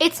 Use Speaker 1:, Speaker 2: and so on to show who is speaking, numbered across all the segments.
Speaker 1: It's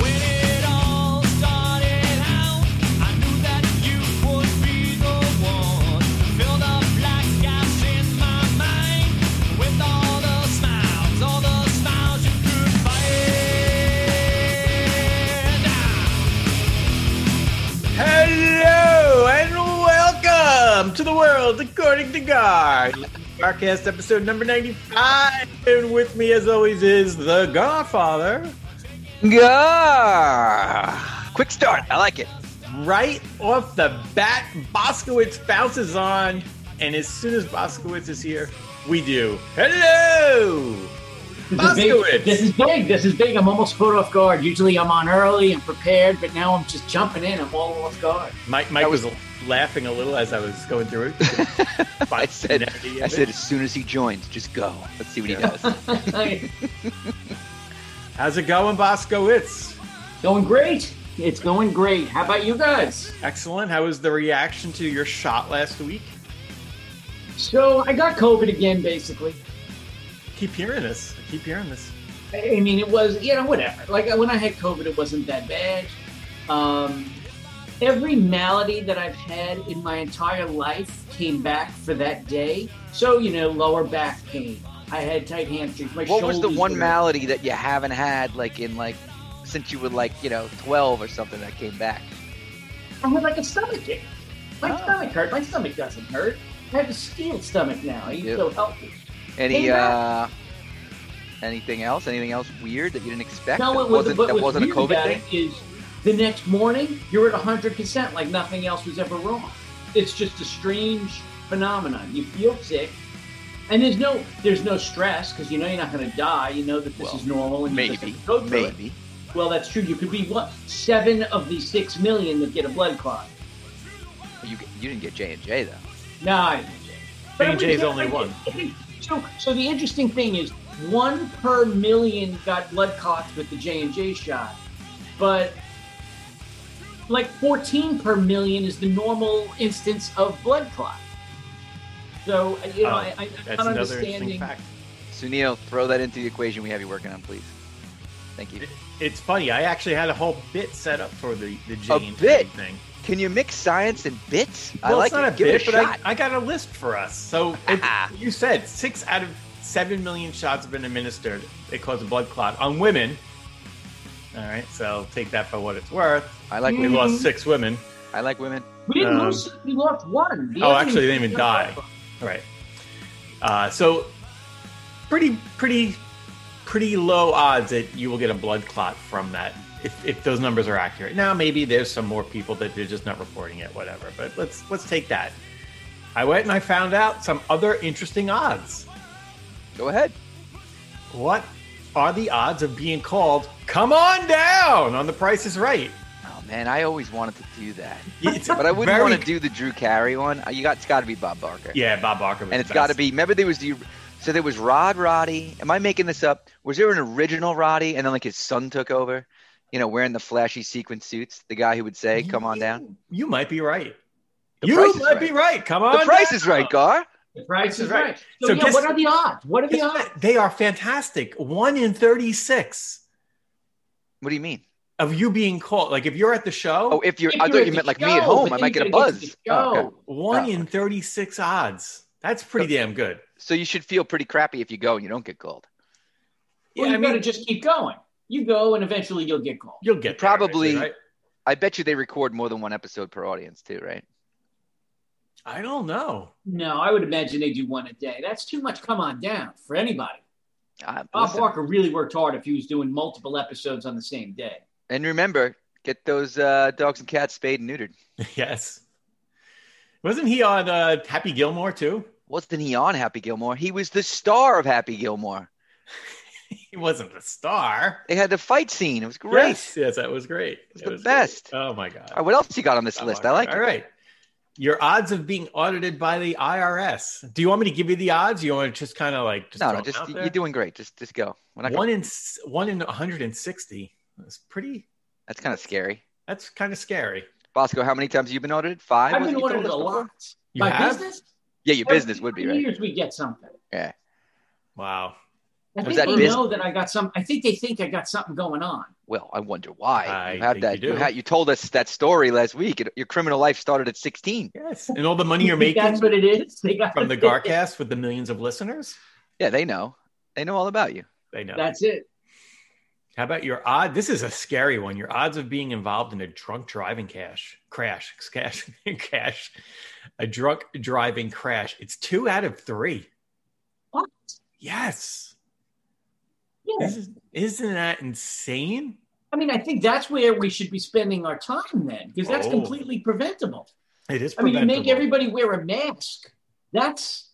Speaker 2: When it all started out, I knew that you would be the one. Filled up black gaps in my mind with all the smiles, all the smiles you could find.
Speaker 3: Hello and welcome to the world according to God. Garcast episode number 95. And with me, as always, is the Godfather.
Speaker 4: Gah! Quick start. I like it.
Speaker 3: Right off the bat, Boskowitz bounces on. And as soon as Boskowitz is here, we do. Hello!
Speaker 5: This is, big,
Speaker 3: Boskowitz.
Speaker 5: this is big. This is big. I'm almost caught off guard. Usually I'm on early and prepared, but now I'm just jumping in. I'm all off guard.
Speaker 3: Mike, Mike was laughing a little as I was going through it.
Speaker 4: I said,
Speaker 3: Spontaneity of
Speaker 4: I said,
Speaker 3: it.
Speaker 4: as soon as he joins, just go. Let's see what he does.
Speaker 3: How's it going, Boskowitz?
Speaker 5: going great. It's going great. How about you guys?
Speaker 3: Excellent. How was the reaction to your shot last week?
Speaker 5: So I got COVID again, basically.
Speaker 3: keep hearing this. I keep hearing this.
Speaker 5: I I mean, it was you know whatever. Like when I had COVID, it wasn't that bad. Um, every malady that I've had in my entire life came back for that day. So you know, lower back pain. I had tight hamstrings. My
Speaker 4: what was the
Speaker 5: shoulders
Speaker 4: one
Speaker 5: were-
Speaker 4: malady that you haven't had, like in like, since you were like, you know, twelve or something that came back?
Speaker 5: I had like a stomach ache. My
Speaker 4: Oh.
Speaker 5: stomach hurt. My stomach doesn't hurt. I have a steel stomach now. I
Speaker 4: Yeah.
Speaker 5: feel so healthy.
Speaker 4: Any
Speaker 5: Came
Speaker 4: uh, anything else? Anything else weird that you didn't expect?
Speaker 5: No,
Speaker 4: that
Speaker 5: it was,
Speaker 4: wasn't
Speaker 5: what
Speaker 4: that
Speaker 5: was
Speaker 4: wasn't a
Speaker 5: weird
Speaker 4: COVID
Speaker 5: about
Speaker 4: thing.
Speaker 5: It is the next morning you're at 100 percent, like nothing else was ever wrong. It's just a strange phenomenon. You feel sick, and there's no there's no stress because you know you're not going to die. You know that this
Speaker 4: Well,
Speaker 5: is normal, and you just
Speaker 4: Maybe,
Speaker 5: have to go through it.
Speaker 4: maybe.
Speaker 5: Well, that's true. You could be what seven of the six million that get a blood clot.
Speaker 4: You you didn't get J and J though.
Speaker 5: Nine.
Speaker 3: J&J is only one.
Speaker 5: So, so the interesting thing is, one per million got blood clots with the J and J shot, but like 14 per million is the normal instance of blood clot. So uh, you know,
Speaker 3: Oh,
Speaker 5: I, I, I'm
Speaker 3: That's
Speaker 5: not
Speaker 3: another interesting
Speaker 5: understanding.
Speaker 3: fact.
Speaker 4: Sunil, throw that into the equation we have you working on, please. Thank you.
Speaker 3: It's funny. I actually had a whole bit set up for the the
Speaker 4: A
Speaker 3: Jane
Speaker 4: bit?
Speaker 3: thing.
Speaker 4: Can you mix science and bits? I
Speaker 3: Well,
Speaker 4: like
Speaker 3: it's not
Speaker 4: it.
Speaker 3: a
Speaker 4: Give
Speaker 3: bit,
Speaker 4: it a
Speaker 3: but
Speaker 4: shot.
Speaker 3: I, I got a list for us. So it, you said six out of seven million shots have been administered. It caused a blood clot on women. All right, so take that for what it's worth.
Speaker 4: I like
Speaker 3: We
Speaker 4: women.
Speaker 3: lost six women.
Speaker 4: I like women.
Speaker 5: We didn't
Speaker 3: Um,
Speaker 5: lose. We lost one. The
Speaker 3: Oh,
Speaker 5: other
Speaker 3: actually, they
Speaker 5: one-
Speaker 3: didn't even die. All right. Uh, so pretty, pretty, pretty low odds that you will get a blood clot from that if, if those numbers are accurate. Now, maybe there's some more people that they're just not reporting it, whatever. But let's let's take that. I went and I found out some other interesting odds.
Speaker 4: Go ahead.
Speaker 3: What are the odds of being called "Come on down" on The Price Is Right?
Speaker 4: Oh man, I always wanted to do that,
Speaker 3: It's
Speaker 4: but I wouldn't
Speaker 3: very-
Speaker 4: want to do the Drew Carey one. You got it's got to be Bob Barker,
Speaker 3: Yeah, Bob Barker. was
Speaker 4: and it's
Speaker 3: the
Speaker 4: got to
Speaker 3: best.
Speaker 4: be. Remember there was the, so there was Rod Roddy. Am I making this up? Was there an original Roddy, and then like his son took over? You know, wearing the flashy sequin suits, the guy who would say, "Come on down."
Speaker 3: You might be right.
Speaker 4: The
Speaker 3: you
Speaker 4: price is
Speaker 3: might
Speaker 4: right.
Speaker 3: be right. Come on.
Speaker 4: The price
Speaker 3: down.
Speaker 4: is right, Gar.
Speaker 5: The price is
Speaker 3: Right.
Speaker 5: right. So,
Speaker 3: So
Speaker 5: yeah,
Speaker 3: guess-
Speaker 5: what are the odds? What are the
Speaker 3: Guess
Speaker 5: odds?
Speaker 3: what? They are fantastic. One in 36
Speaker 4: What do you mean?
Speaker 3: of you being called. Like if you're at the
Speaker 4: Oh,
Speaker 3: show,
Speaker 4: if you're,
Speaker 5: If
Speaker 4: I
Speaker 5: you're
Speaker 4: thought
Speaker 5: at
Speaker 4: you
Speaker 5: the
Speaker 4: meant like me at
Speaker 5: show,
Speaker 4: home,
Speaker 5: but
Speaker 4: I
Speaker 5: then
Speaker 4: might get a
Speaker 5: you gotta
Speaker 4: buzz.
Speaker 5: get to the
Speaker 4: Oh, okay.
Speaker 5: show.
Speaker 3: one
Speaker 4: oh.
Speaker 3: in 36 odds. That's pretty damn good.
Speaker 4: So you should feel pretty crappy if you go and you don't get called.
Speaker 5: Well,
Speaker 3: Yeah,
Speaker 5: you
Speaker 3: I mean,
Speaker 5: gotta just keep going. You go, and eventually you'll get called.
Speaker 3: you'll get there
Speaker 4: probably-
Speaker 3: eventually, right?
Speaker 4: I bet you they record more than one episode per audience too, right?
Speaker 3: I don't know.
Speaker 5: No, I would imagine they do one a day. That's too much. Come on down for anybody.
Speaker 4: Uh,
Speaker 5: Bob
Speaker 4: listen.
Speaker 5: Barker really worked hard if he was doing multiple episodes on the same day.
Speaker 4: And remember, get those uh, dogs and cats spayed and neutered.
Speaker 3: yes. Wasn't he on uh, Happy Gilmore too?
Speaker 4: Wasn't he on Happy Gilmore? He was the star of Happy Gilmore.
Speaker 3: He wasn't the star.
Speaker 4: They had the fight scene. It was great.
Speaker 3: Yes, yes, that was great.
Speaker 4: It's
Speaker 3: It
Speaker 4: the
Speaker 3: was great.
Speaker 4: best.
Speaker 3: Oh my God.
Speaker 4: All right, what else you got on this
Speaker 3: Bob
Speaker 4: list?
Speaker 3: Barker.
Speaker 4: I like
Speaker 3: All
Speaker 4: it.
Speaker 3: right. Your odds of being audited by the IRS. Do you want me to give you the odds? You want to just kind of like just
Speaker 4: No,
Speaker 3: throw
Speaker 4: no,
Speaker 3: them
Speaker 4: just
Speaker 3: out
Speaker 4: you're
Speaker 3: there?
Speaker 4: doing great. Just just go. We're not gonna-
Speaker 3: one in s- one in 160. That's pretty.
Speaker 4: that's kind of scary.
Speaker 3: That's kind of scary.
Speaker 4: Bosco, how many times have you been audited? Five.
Speaker 5: I've
Speaker 4: was it
Speaker 5: been
Speaker 4: you told
Speaker 5: audited
Speaker 4: us
Speaker 5: a
Speaker 4: before?
Speaker 5: lot.
Speaker 3: You
Speaker 5: My
Speaker 3: have?
Speaker 5: business?
Speaker 4: Yeah, your business would be
Speaker 5: Every
Speaker 4: right.
Speaker 5: Years we get something.
Speaker 3: Wow.
Speaker 5: I
Speaker 4: Was
Speaker 5: think
Speaker 4: that
Speaker 5: they
Speaker 4: business-
Speaker 5: know that I got some. I think they think I got something going on.
Speaker 4: Well, I wonder why.
Speaker 3: I
Speaker 4: you have
Speaker 3: think
Speaker 4: that.
Speaker 3: you
Speaker 4: You,
Speaker 3: do.
Speaker 4: ha- you told us that story last week. It- your criminal life started at 16.
Speaker 3: Yes. And all the money you're
Speaker 5: You think
Speaker 3: making
Speaker 5: That's what it is. They got
Speaker 3: from the Garcast with the millions of listeners.
Speaker 4: Yeah, they know. They know all about you.
Speaker 3: They know.
Speaker 5: That's it.
Speaker 3: How about your odd? This is a scary one. Your odds of being involved in a drunk driving cash crash cash cash a drunk driving crash. It's two out of three.
Speaker 5: What?
Speaker 3: Yes.
Speaker 5: Yeah.
Speaker 3: Isn't, isn't that insane?
Speaker 5: I mean, I think that's where we should be spending our time then, because that's
Speaker 3: Oh.
Speaker 5: completely preventable.
Speaker 3: It is.
Speaker 5: I mean, you
Speaker 3: preventable.
Speaker 5: make everybody wear a mask. That's,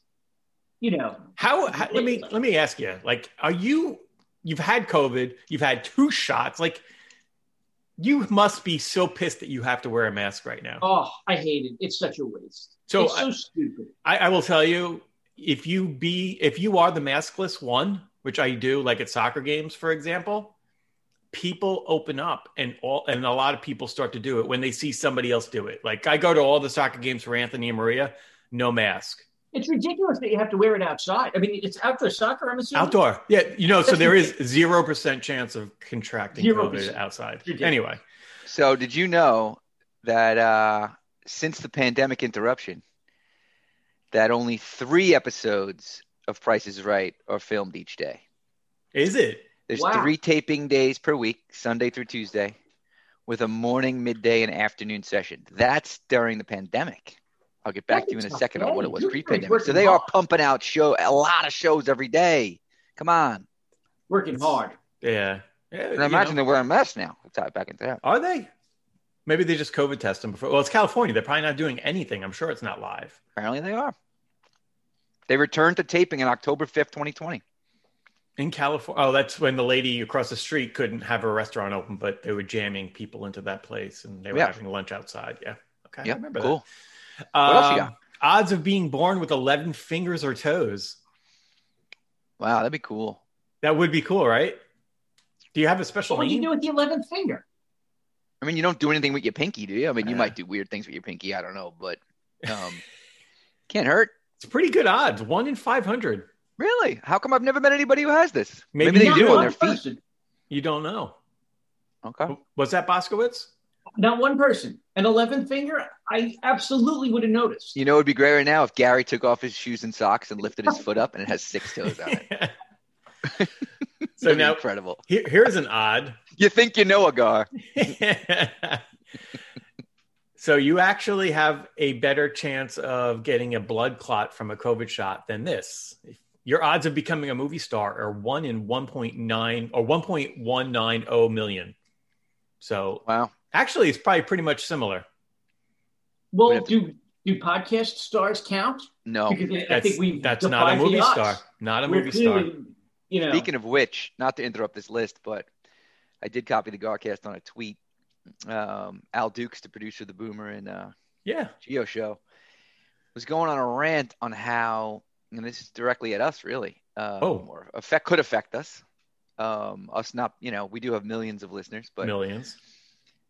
Speaker 5: you know,
Speaker 3: How, how let me let me ask you like are you you've had covid you've had two shots like you must be so pissed that you have to wear a mask right now
Speaker 5: oh, I hate it. It's such a waste.
Speaker 3: So
Speaker 5: it's so stupid.
Speaker 3: I, I will tell you if you be if you are the maskless one which i do like at soccer games for example people open up and all and a lot of people start to do it when they see somebody else do it like i go to all the soccer games for anthony and maria no mask
Speaker 5: It's ridiculous that you have to wear it outside. I mean, it's outdoor soccer. I'm assuming.
Speaker 3: Outdoor. Yeah, you know, so there is zero percent chance of contracting
Speaker 5: Zero
Speaker 3: COVID
Speaker 5: percent.
Speaker 3: outside.
Speaker 5: Ridiculous.
Speaker 3: Anyway,
Speaker 4: So, did you know that uh, since the pandemic interruption, that only three episodes of Price is Right are filmed each day?
Speaker 3: is it?
Speaker 4: There's
Speaker 5: Wow.
Speaker 4: three taping days per week, Sunday through Tuesday, with a morning, midday, and afternoon session. That's during the pandemic. I'll get back
Speaker 5: That's
Speaker 4: to you in a
Speaker 5: tough
Speaker 4: second on what
Speaker 5: day.
Speaker 4: it was
Speaker 5: You're
Speaker 4: pre-pandemic.
Speaker 5: working
Speaker 4: So they are
Speaker 5: hard.
Speaker 4: pumping out show a lot of shows every day. Come on.
Speaker 5: Working hard.
Speaker 3: Yeah. Yeah,
Speaker 5: Uh,
Speaker 4: And
Speaker 3: you
Speaker 4: I imagine
Speaker 3: know.
Speaker 4: they're wearing masks now. Let's tie it back into that.
Speaker 3: Are they? Maybe they just COVID test them before. Well, it's California. They're probably not doing anything. I'm sure it's not live.
Speaker 4: Apparently they are. They returned to taping on October 5th, 2020.
Speaker 3: In California, oh, that's when the lady across the street couldn't have her restaurant open, but they were jamming people into that place and they were
Speaker 4: Yeah.
Speaker 3: having lunch outside. Yeah. Okay. I
Speaker 4: Yeah,
Speaker 3: remember
Speaker 4: cool.
Speaker 3: that.
Speaker 4: What else you
Speaker 3: Um, Odds of being born with 11 fingers or toes.
Speaker 4: Wow, that'd be cool.
Speaker 3: That would be cool, right? Do you have a special
Speaker 5: What would you
Speaker 3: name?
Speaker 5: do with the eleventh finger?
Speaker 4: I mean, you don't do anything with your pinky, do you? I mean, you
Speaker 3: Uh.
Speaker 4: might do weird things with your pinky. I don't know, but um, can't hurt.
Speaker 3: It's pretty good odds. One in 500.
Speaker 4: Really? How come I've never met anybody who has this?
Speaker 3: Maybe
Speaker 4: Maybe, they
Speaker 5: Not
Speaker 4: do on
Speaker 5: one
Speaker 4: their feet.
Speaker 5: person.
Speaker 3: You don't know.
Speaker 4: Okay.
Speaker 3: Was that Boskowitz?
Speaker 5: Not one person. An eleventh finger. I absolutely would have noticed.
Speaker 4: You know, it'd be great right now if Gary took off his shoes and socks and lifted his foot up, and it has six toes on it.
Speaker 3: so
Speaker 4: That'd be
Speaker 3: now
Speaker 4: incredible.
Speaker 3: here, here's an odd.
Speaker 4: You think you know a gar?
Speaker 3: so you actually have a better chance of getting a blood clot from a COVID shot than this. Your odds of becoming a movie star are one in 1.9 or 1.190 million. So
Speaker 4: Wow.
Speaker 3: actually, it's probably pretty much similar.
Speaker 5: Well,
Speaker 4: have
Speaker 5: do do podcast stars count?
Speaker 4: No.
Speaker 5: Because I- I
Speaker 3: Oh, That's,
Speaker 5: think we
Speaker 3: that's not a movie star. Not a movie star.
Speaker 5: You know,
Speaker 4: Speaking of which, not to interrupt this list, but I did copy the Garcast on a tweet. Um, Al Dukes, the producer of the Boomer and uh,
Speaker 3: Yeah.
Speaker 4: Geo Show, was going on a rant on how, and this is directly at us, really, um,
Speaker 3: Oh.
Speaker 4: or affect could affect us. Um, us not, you know, we do have millions of listeners, but
Speaker 3: Millions.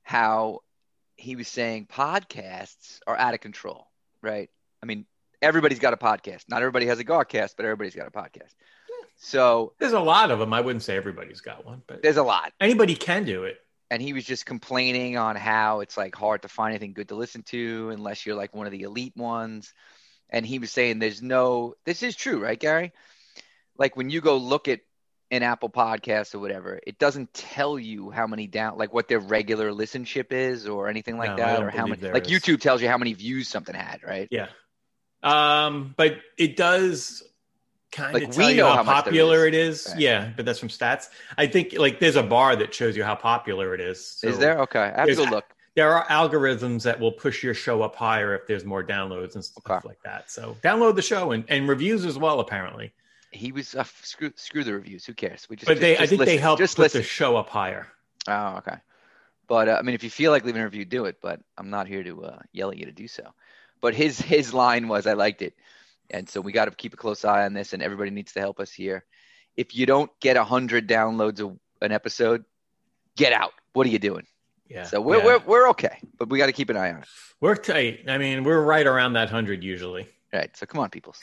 Speaker 4: how he was saying podcasts are out of control, right? I mean, everybody's got a podcast. Not everybody has a Garcast, but everybody's got a podcast. So
Speaker 3: There's a lot of them. I wouldn't say everybody's got one, but
Speaker 4: there's a lot.
Speaker 3: anybody can do it.
Speaker 4: and he was just complaining on how it's like hard to find anything good to listen to unless you're like one of the elite ones and he was saying there's no this is true right gary like when you go look at an apple podcast or whatever it doesn't tell you how many down like what their regular listenship is or anything like
Speaker 3: No, I
Speaker 4: that
Speaker 3: don't
Speaker 4: or how
Speaker 3: believe
Speaker 4: many
Speaker 3: there
Speaker 4: like
Speaker 3: is.
Speaker 4: youtube tells you how many views something had right
Speaker 3: Yeah. Um, but it does kind of
Speaker 4: Like,
Speaker 3: tell
Speaker 4: we
Speaker 3: you
Speaker 4: know
Speaker 3: how,
Speaker 4: how much there
Speaker 3: popular it is.
Speaker 4: Right.
Speaker 3: Yeah, but that's from stats. I think like there's a bar that shows you how popular it is. So
Speaker 4: is there okay i have to
Speaker 3: There's-
Speaker 4: go look
Speaker 3: There are algorithms that will push your show up higher if there's more downloads and stuff
Speaker 4: Okay.
Speaker 3: like that. So download the show and, and reviews as well, apparently.
Speaker 4: he was uh, f- screw, screw the reviews who cares we just
Speaker 3: But
Speaker 4: just-
Speaker 3: they, I
Speaker 4: just
Speaker 3: think they
Speaker 4: listen.
Speaker 3: help
Speaker 4: just
Speaker 3: put
Speaker 4: listen
Speaker 3: the show up higher.
Speaker 4: Oh, okay. But uh, I mean, if you feel like leaving a review, do it. But I'm not here to uh, yell at you to do so. But his his line was, "I liked it," and so we got to keep a close eye on this, and everybody needs to help us here. If you don't get hundred downloads a, an episode, get out. What are you doing?
Speaker 3: Yeah.
Speaker 4: So we're,
Speaker 3: yeah.
Speaker 4: we're we're okay, but we got to keep an eye on it.
Speaker 3: We're tight. I mean, we're right around that hundred usually.
Speaker 4: All right. So come on, peoples.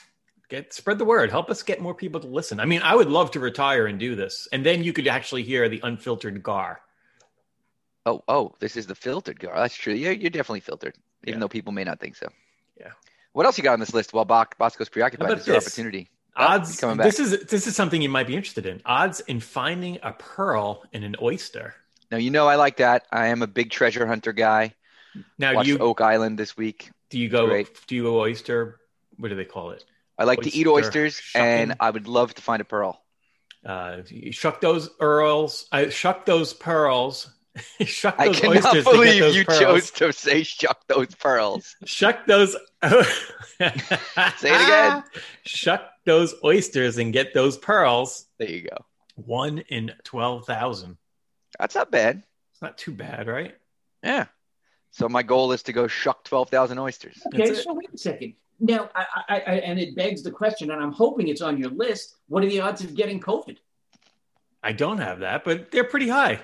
Speaker 3: Get spread the word. Help us get more people to listen. I mean, I would love to retire and do this, and then you could actually hear the unfiltered gar.
Speaker 4: Oh, oh, this is the filtered girl. That's true. You're, you're definitely filtered, even
Speaker 3: Yeah.
Speaker 4: though people may not think so.
Speaker 3: Yeah.
Speaker 4: What else you got on this list? While Boc- Bosco's preoccupied,
Speaker 3: about
Speaker 4: this is your
Speaker 3: this?
Speaker 4: opportunity. Oh, he's
Speaker 3: Odds.
Speaker 4: coming back.
Speaker 3: This is this is something you might be interested in. Odds in finding a pearl in an oyster.
Speaker 4: Now you know I like that. I am a big treasure hunter guy.
Speaker 3: Now,
Speaker 4: Watched
Speaker 3: do you
Speaker 4: Oak Island this week.
Speaker 3: do you go
Speaker 4: great.
Speaker 3: do you go oyster? What do they call it?
Speaker 4: I like to eat
Speaker 3: Oyster
Speaker 4: oysters, and
Speaker 3: shucking.
Speaker 4: I would love to find a pearl.
Speaker 3: Uh, you shuck those earls. I shuck those pearls. shuck
Speaker 4: I
Speaker 3: those
Speaker 4: cannot
Speaker 3: oysters to get
Speaker 4: believe
Speaker 3: those
Speaker 4: you
Speaker 3: pearls.
Speaker 4: chose to say shuck those pearls.
Speaker 3: Shuck those.
Speaker 4: Say it again.
Speaker 3: Shuck those oysters and get those pearls.
Speaker 4: There you go.
Speaker 3: One in twelve thousand.
Speaker 4: That's not bad.
Speaker 3: It's not too bad, right?
Speaker 4: Yeah. So my goal is to go shuck twelve thousand oysters.
Speaker 5: Okay,
Speaker 3: That's it.
Speaker 5: so wait a second. Now, I, I, I, and it begs the question, and I'm hoping it's on your list. What are the odds of getting COVID?
Speaker 3: I don't have that, but they're pretty high.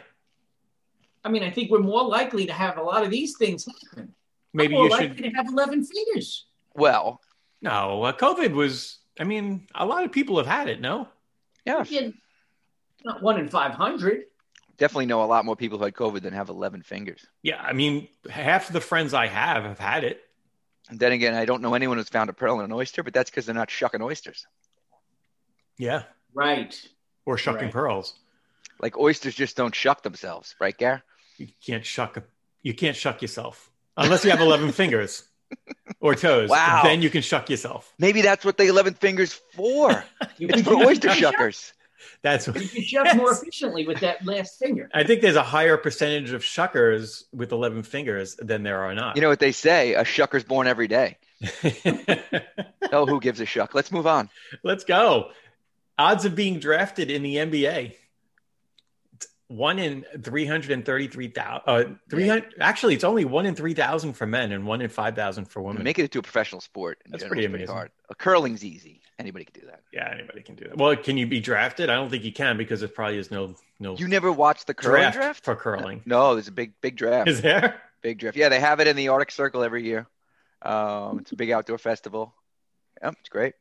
Speaker 5: I mean, I think we're more likely to have a lot of these things happen.
Speaker 3: Maybe
Speaker 5: more
Speaker 3: you
Speaker 5: likely
Speaker 3: should.
Speaker 5: to have 11 fingers.
Speaker 4: Well,
Speaker 3: No, uh, COVID was. I mean, a lot of people have had it. No,
Speaker 4: yeah,
Speaker 5: Yeah, Not one in 500.
Speaker 4: definitely know a lot more people who had COVID than have eleven fingers.
Speaker 3: yeah. I mean, half the friends I have have had it.
Speaker 4: And then again, I don't know anyone who's found a pearl in an oyster, but that's because they're not shucking oysters.
Speaker 3: Yeah,
Speaker 5: Right.
Speaker 3: or shucking
Speaker 5: Right.
Speaker 3: pearls.
Speaker 4: Like oysters just don't shuck themselves, right, Gar?
Speaker 3: You can't shuck. A, you can't shuck yourself unless you have eleven fingers or toes.
Speaker 4: Wow.
Speaker 3: Then you can shuck yourself.
Speaker 4: Maybe that's what the eleven fingers for.
Speaker 5: You
Speaker 4: It's
Speaker 5: could-
Speaker 4: for
Speaker 5: you could
Speaker 4: oyster
Speaker 5: shove-
Speaker 4: shuckers.
Speaker 3: That's.
Speaker 5: You could shove more efficiently with that last finger.
Speaker 3: I think there's a higher percentage of shuckers with eleven fingers than there are not.
Speaker 4: You know what they say? A shucker's born every day. Oh, who gives a shuck? Let's move on.
Speaker 3: Let's go. Odds of being drafted in the NBA. It's One in 333,000. Uh, 300, Actually, it's only one in 3,000 for men and one in 5,000 for women.
Speaker 4: Making it to a professional sport. in
Speaker 3: That's
Speaker 4: general
Speaker 3: pretty
Speaker 4: is
Speaker 3: amazing.
Speaker 4: hard. Uh, curling's easy. Anybody can do that.
Speaker 3: yeah, anybody can do that. Well, can you be drafted? I don't think you can because there probably is no no
Speaker 4: You never watched the curling
Speaker 3: draft,
Speaker 4: draft?
Speaker 3: for curling.
Speaker 4: No, there's a big, big draft.
Speaker 3: Is there?
Speaker 4: Big draft. Yeah, they have it in the Arctic Circle every year. Um, it's a big outdoor festival. Yep, it's great.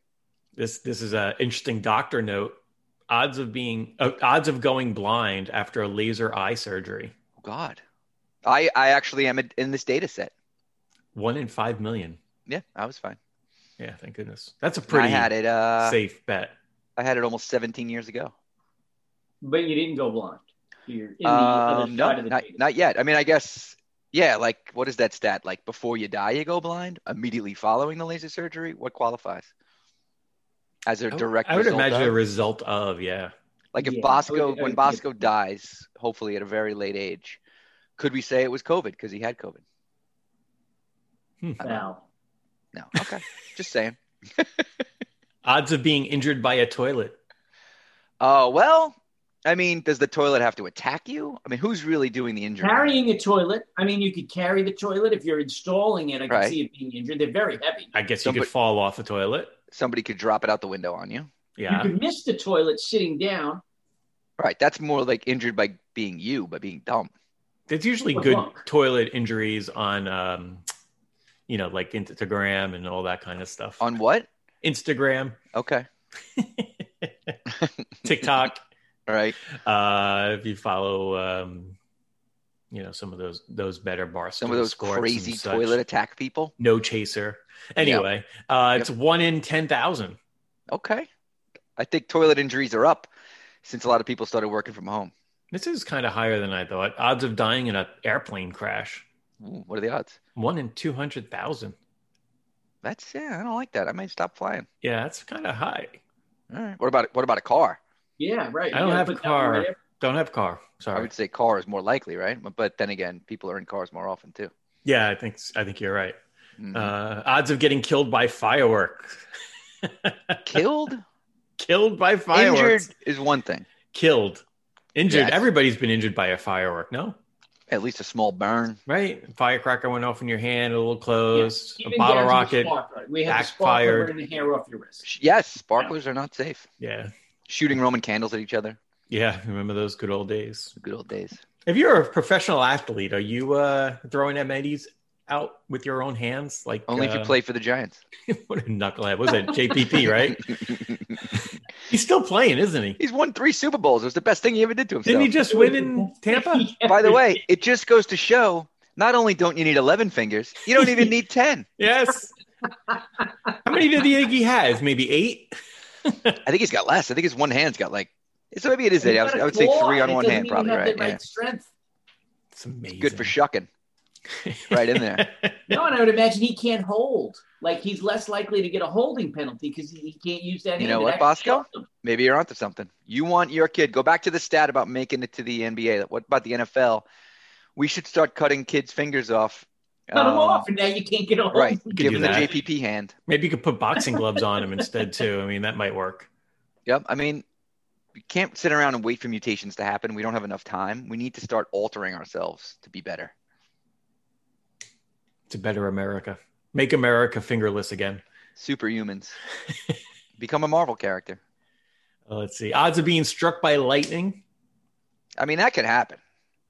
Speaker 3: This this is an interesting doctor note. Odds of being uh, odds of going blind after a laser eye surgery.
Speaker 4: Oh, God. I, I actually am in- in this data set.
Speaker 3: One in five million.
Speaker 4: Yeah, I was fine.
Speaker 3: Yeah, thank goodness. That's a
Speaker 4: And
Speaker 3: pretty
Speaker 4: I had it. Uh,
Speaker 3: safe bet.
Speaker 4: I had it almost 17 years ago.
Speaker 5: But you didn't go blind. You're in the other
Speaker 4: Um, no,
Speaker 5: side of the
Speaker 4: not,
Speaker 5: table.
Speaker 4: not yet. I mean, I guess, yeah. Like, what is that stat? Like, before you die, you go blind. Immediately following the laser surgery, what qualifies as
Speaker 3: I
Speaker 4: a
Speaker 3: would-
Speaker 4: direct?
Speaker 3: I would
Speaker 4: result
Speaker 3: imagine
Speaker 4: of?
Speaker 3: a result of yeah.
Speaker 4: like if
Speaker 5: Yeah, I
Speaker 4: Bosco,
Speaker 5: would- I
Speaker 4: when
Speaker 5: would-
Speaker 4: Bosco dies, hopefully at a very late age, could we say it was COVID because he had COVID?
Speaker 3: Hmm.
Speaker 4: I don't know.
Speaker 5: Now,
Speaker 4: No, okay, just saying.
Speaker 3: Odds of being injured by a toilet.
Speaker 4: Oh well. I mean, does the toilet have to attack you? I mean, who's really doing the injury?
Speaker 5: carrying a toilet. I mean, you could carry the toilet if you're installing it. I can
Speaker 4: Right.
Speaker 5: see it being injured. They're very heavy.
Speaker 3: I guess you
Speaker 4: Somebody-
Speaker 3: could fall off a toilet.
Speaker 4: Somebody could drop it out the window on you.
Speaker 3: Yeah.
Speaker 5: You could miss the toilet sitting down.
Speaker 4: Right, that's more like injured by being you, by being dumb.
Speaker 3: There's usually
Speaker 5: Or
Speaker 3: good
Speaker 5: drunk.
Speaker 3: toilet injuries on um you know, like Instagram and all that kind of stuff.
Speaker 4: On what?
Speaker 3: Instagram,
Speaker 4: Okay.
Speaker 3: TikTok,
Speaker 4: All right.
Speaker 3: uh if you follow um you know some of those those better bar
Speaker 4: Some of those crazy toilet attack people.
Speaker 3: no chaser. Anyway, uh it's one in 10,000.
Speaker 4: Okay. I think toilet injuries are up since a lot of people started working from home.
Speaker 3: This is kind of higher than I thought. Odds of dying in an airplane crash.
Speaker 4: Ooh, what are the odds?
Speaker 3: One in 200,000.
Speaker 4: That's yeah, I don't like that. I might stop flying.
Speaker 3: Yeah, that's kind of high.
Speaker 4: All right. What about what about a car?
Speaker 5: Yeah, right.
Speaker 3: I
Speaker 5: You
Speaker 3: don't
Speaker 5: gotta
Speaker 3: have a
Speaker 5: put that one
Speaker 3: car.
Speaker 5: right there.
Speaker 3: Don't have car. Sorry.
Speaker 4: I would say car is more likely, right? But, but then again, people are in cars more often too.
Speaker 3: yeah, I think I think you're right.
Speaker 4: Mhm.
Speaker 3: Uh, odds of getting killed by fireworks.
Speaker 4: Killed,
Speaker 3: killed by fireworks.
Speaker 4: injured is one thing.
Speaker 3: Killed. Injured.
Speaker 4: Yes.
Speaker 3: Everybody's been injured by a firework. No.
Speaker 4: at least a small burn.
Speaker 3: Right? Firecracker went off in your hand, a little closed,
Speaker 5: Even
Speaker 3: a bottle
Speaker 5: down to the
Speaker 3: rocket.
Speaker 5: sparkler. We have the
Speaker 3: backfired.
Speaker 5: sparkler burning the hair off your wrist.
Speaker 4: Sh- Yes, sparklers are not safe.
Speaker 3: Yeah.
Speaker 4: Shooting Roman candles at each other.
Speaker 3: Yeah. Remember those good old days.
Speaker 4: The good old days.
Speaker 3: If you're a professional athlete, are you uh, throwing M80s out with your own hands? Like
Speaker 4: Only if you
Speaker 3: uh,
Speaker 4: play for the Giants.
Speaker 3: what a knucklehead. What was that? JPP, right? He's still playing, isn't he?
Speaker 4: He's won three Super Bowls. It was the best thing he ever did to himself.
Speaker 3: Didn't he just win in Tampa?
Speaker 4: By the way, it just goes to show not only don't you need 11 fingers, you don't even need 10.
Speaker 3: Yes. How many do you think he has? Maybe eight?
Speaker 4: I think he's got less. I think his one hand's got like, so maybe it is eight. I, was,
Speaker 5: He's got a
Speaker 4: I would say
Speaker 5: claw
Speaker 4: three
Speaker 5: and
Speaker 4: on
Speaker 5: it
Speaker 4: one
Speaker 5: doesn't
Speaker 4: hand,
Speaker 5: even
Speaker 4: probably,
Speaker 5: have the
Speaker 4: right?
Speaker 5: right
Speaker 4: Yeah.
Speaker 5: strength.
Speaker 3: It's amazing.
Speaker 4: Good for shucking right in there.
Speaker 5: No, and I would imagine he can't hold. Like he's less likely to get a holding penalty because he, he can't use that.
Speaker 4: You
Speaker 5: hand
Speaker 4: know
Speaker 5: to
Speaker 4: what,
Speaker 5: actually
Speaker 4: Bosco?
Speaker 5: shove them.
Speaker 4: Maybe you're onto something. You want your kid. Go back to the stat about making it to the NBA. What about the NFL? We should start cutting kids' fingers off.
Speaker 5: Cut him
Speaker 4: Um,
Speaker 5: off, and now you can't get a hold.
Speaker 4: Right.
Speaker 3: could
Speaker 4: Give
Speaker 3: do
Speaker 4: him the
Speaker 3: that.
Speaker 4: JPP hand.
Speaker 3: Maybe you could put boxing gloves on him instead too. I mean, that might work.
Speaker 4: Yep. I mean, we can't sit around and wait for mutations to happen. We don't have enough time. We need to start altering ourselves to be better.
Speaker 3: It's a better America. Make America fingerless again.
Speaker 4: Superhumans. Become a Marvel character.
Speaker 3: Uh, let's see. Odds of being struck by lightning.
Speaker 4: I mean, that could happen.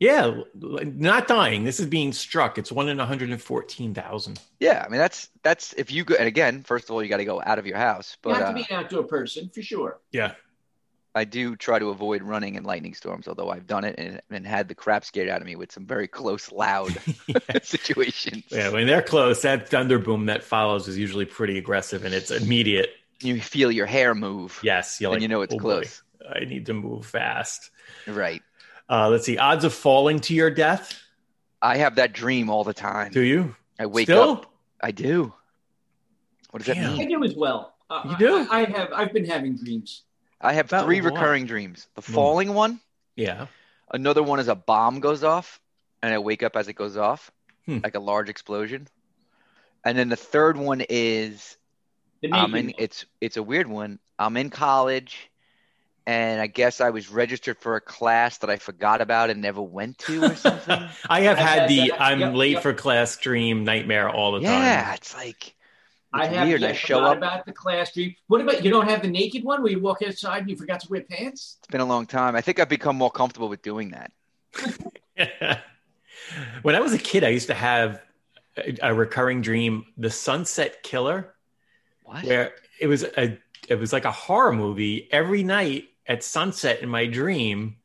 Speaker 3: Yeah, l- l- not dying. This is being struck. It's one in one hundred and fourteen thousand.
Speaker 4: Yeah. I mean, that's that's if you go. And again, first of all, you got to go out of your house.
Speaker 5: You
Speaker 4: But
Speaker 5: have to
Speaker 4: uh,
Speaker 5: be an outdoor person for sure.
Speaker 3: Yeah,
Speaker 4: I do try to avoid running in lightning storms, although I've done it and, and had the crap scared out of me with some very close, loud situations.
Speaker 3: yeah. When they're close, that thunder boom that follows is usually pretty aggressive and it's immediate.
Speaker 4: You feel your hair move,
Speaker 3: Yes, you're
Speaker 4: and
Speaker 3: like,
Speaker 4: you know it's
Speaker 3: "Oh, boy,
Speaker 4: close.
Speaker 3: I need to move fast.
Speaker 4: Right.
Speaker 3: Uh, let's see. Odds of falling to your death.
Speaker 4: I have that dream all the time.
Speaker 3: Do you
Speaker 4: I wake
Speaker 3: still?
Speaker 4: up. I do. What does that
Speaker 3: Damn.
Speaker 4: mean?
Speaker 5: I do as well. Uh,
Speaker 3: You
Speaker 5: I-
Speaker 3: do?
Speaker 5: I, have. I've been having dreams.
Speaker 4: I have
Speaker 3: About
Speaker 4: three
Speaker 3: what?
Speaker 4: recurring dreams. The
Speaker 3: Hmm.
Speaker 4: falling one,
Speaker 3: Yeah.
Speaker 4: another one is a bomb goes off, and I wake up as it goes off,
Speaker 3: Hmm.
Speaker 4: like a large explosion. And then the third one is
Speaker 5: The
Speaker 4: I'm
Speaker 5: naked
Speaker 4: in,
Speaker 5: one.
Speaker 4: it's it's a weird one. I'm in college, and I guess I was registered for a class that I forgot about and never went to or something.
Speaker 3: I have had
Speaker 5: I've had
Speaker 3: the
Speaker 5: that.
Speaker 3: I'm
Speaker 5: Yep,
Speaker 3: late
Speaker 5: yep.
Speaker 3: for class dream nightmare all the
Speaker 4: yeah,
Speaker 3: time.
Speaker 4: it's like
Speaker 5: I
Speaker 4: it's
Speaker 5: have
Speaker 4: weird.
Speaker 5: yeah,
Speaker 4: I show
Speaker 5: forgot
Speaker 4: up.
Speaker 5: about the class dream. What about you? Don't have the naked one where you walk outside and you forgot to wear pants?
Speaker 4: It's been a long time. I think I've become more comfortable with doing that.
Speaker 3: when I was a kid, I used to have a, a recurring dream, The Sunset Killer,
Speaker 4: What?
Speaker 3: where it was a it was like a horror movie every night at sunset in my dream.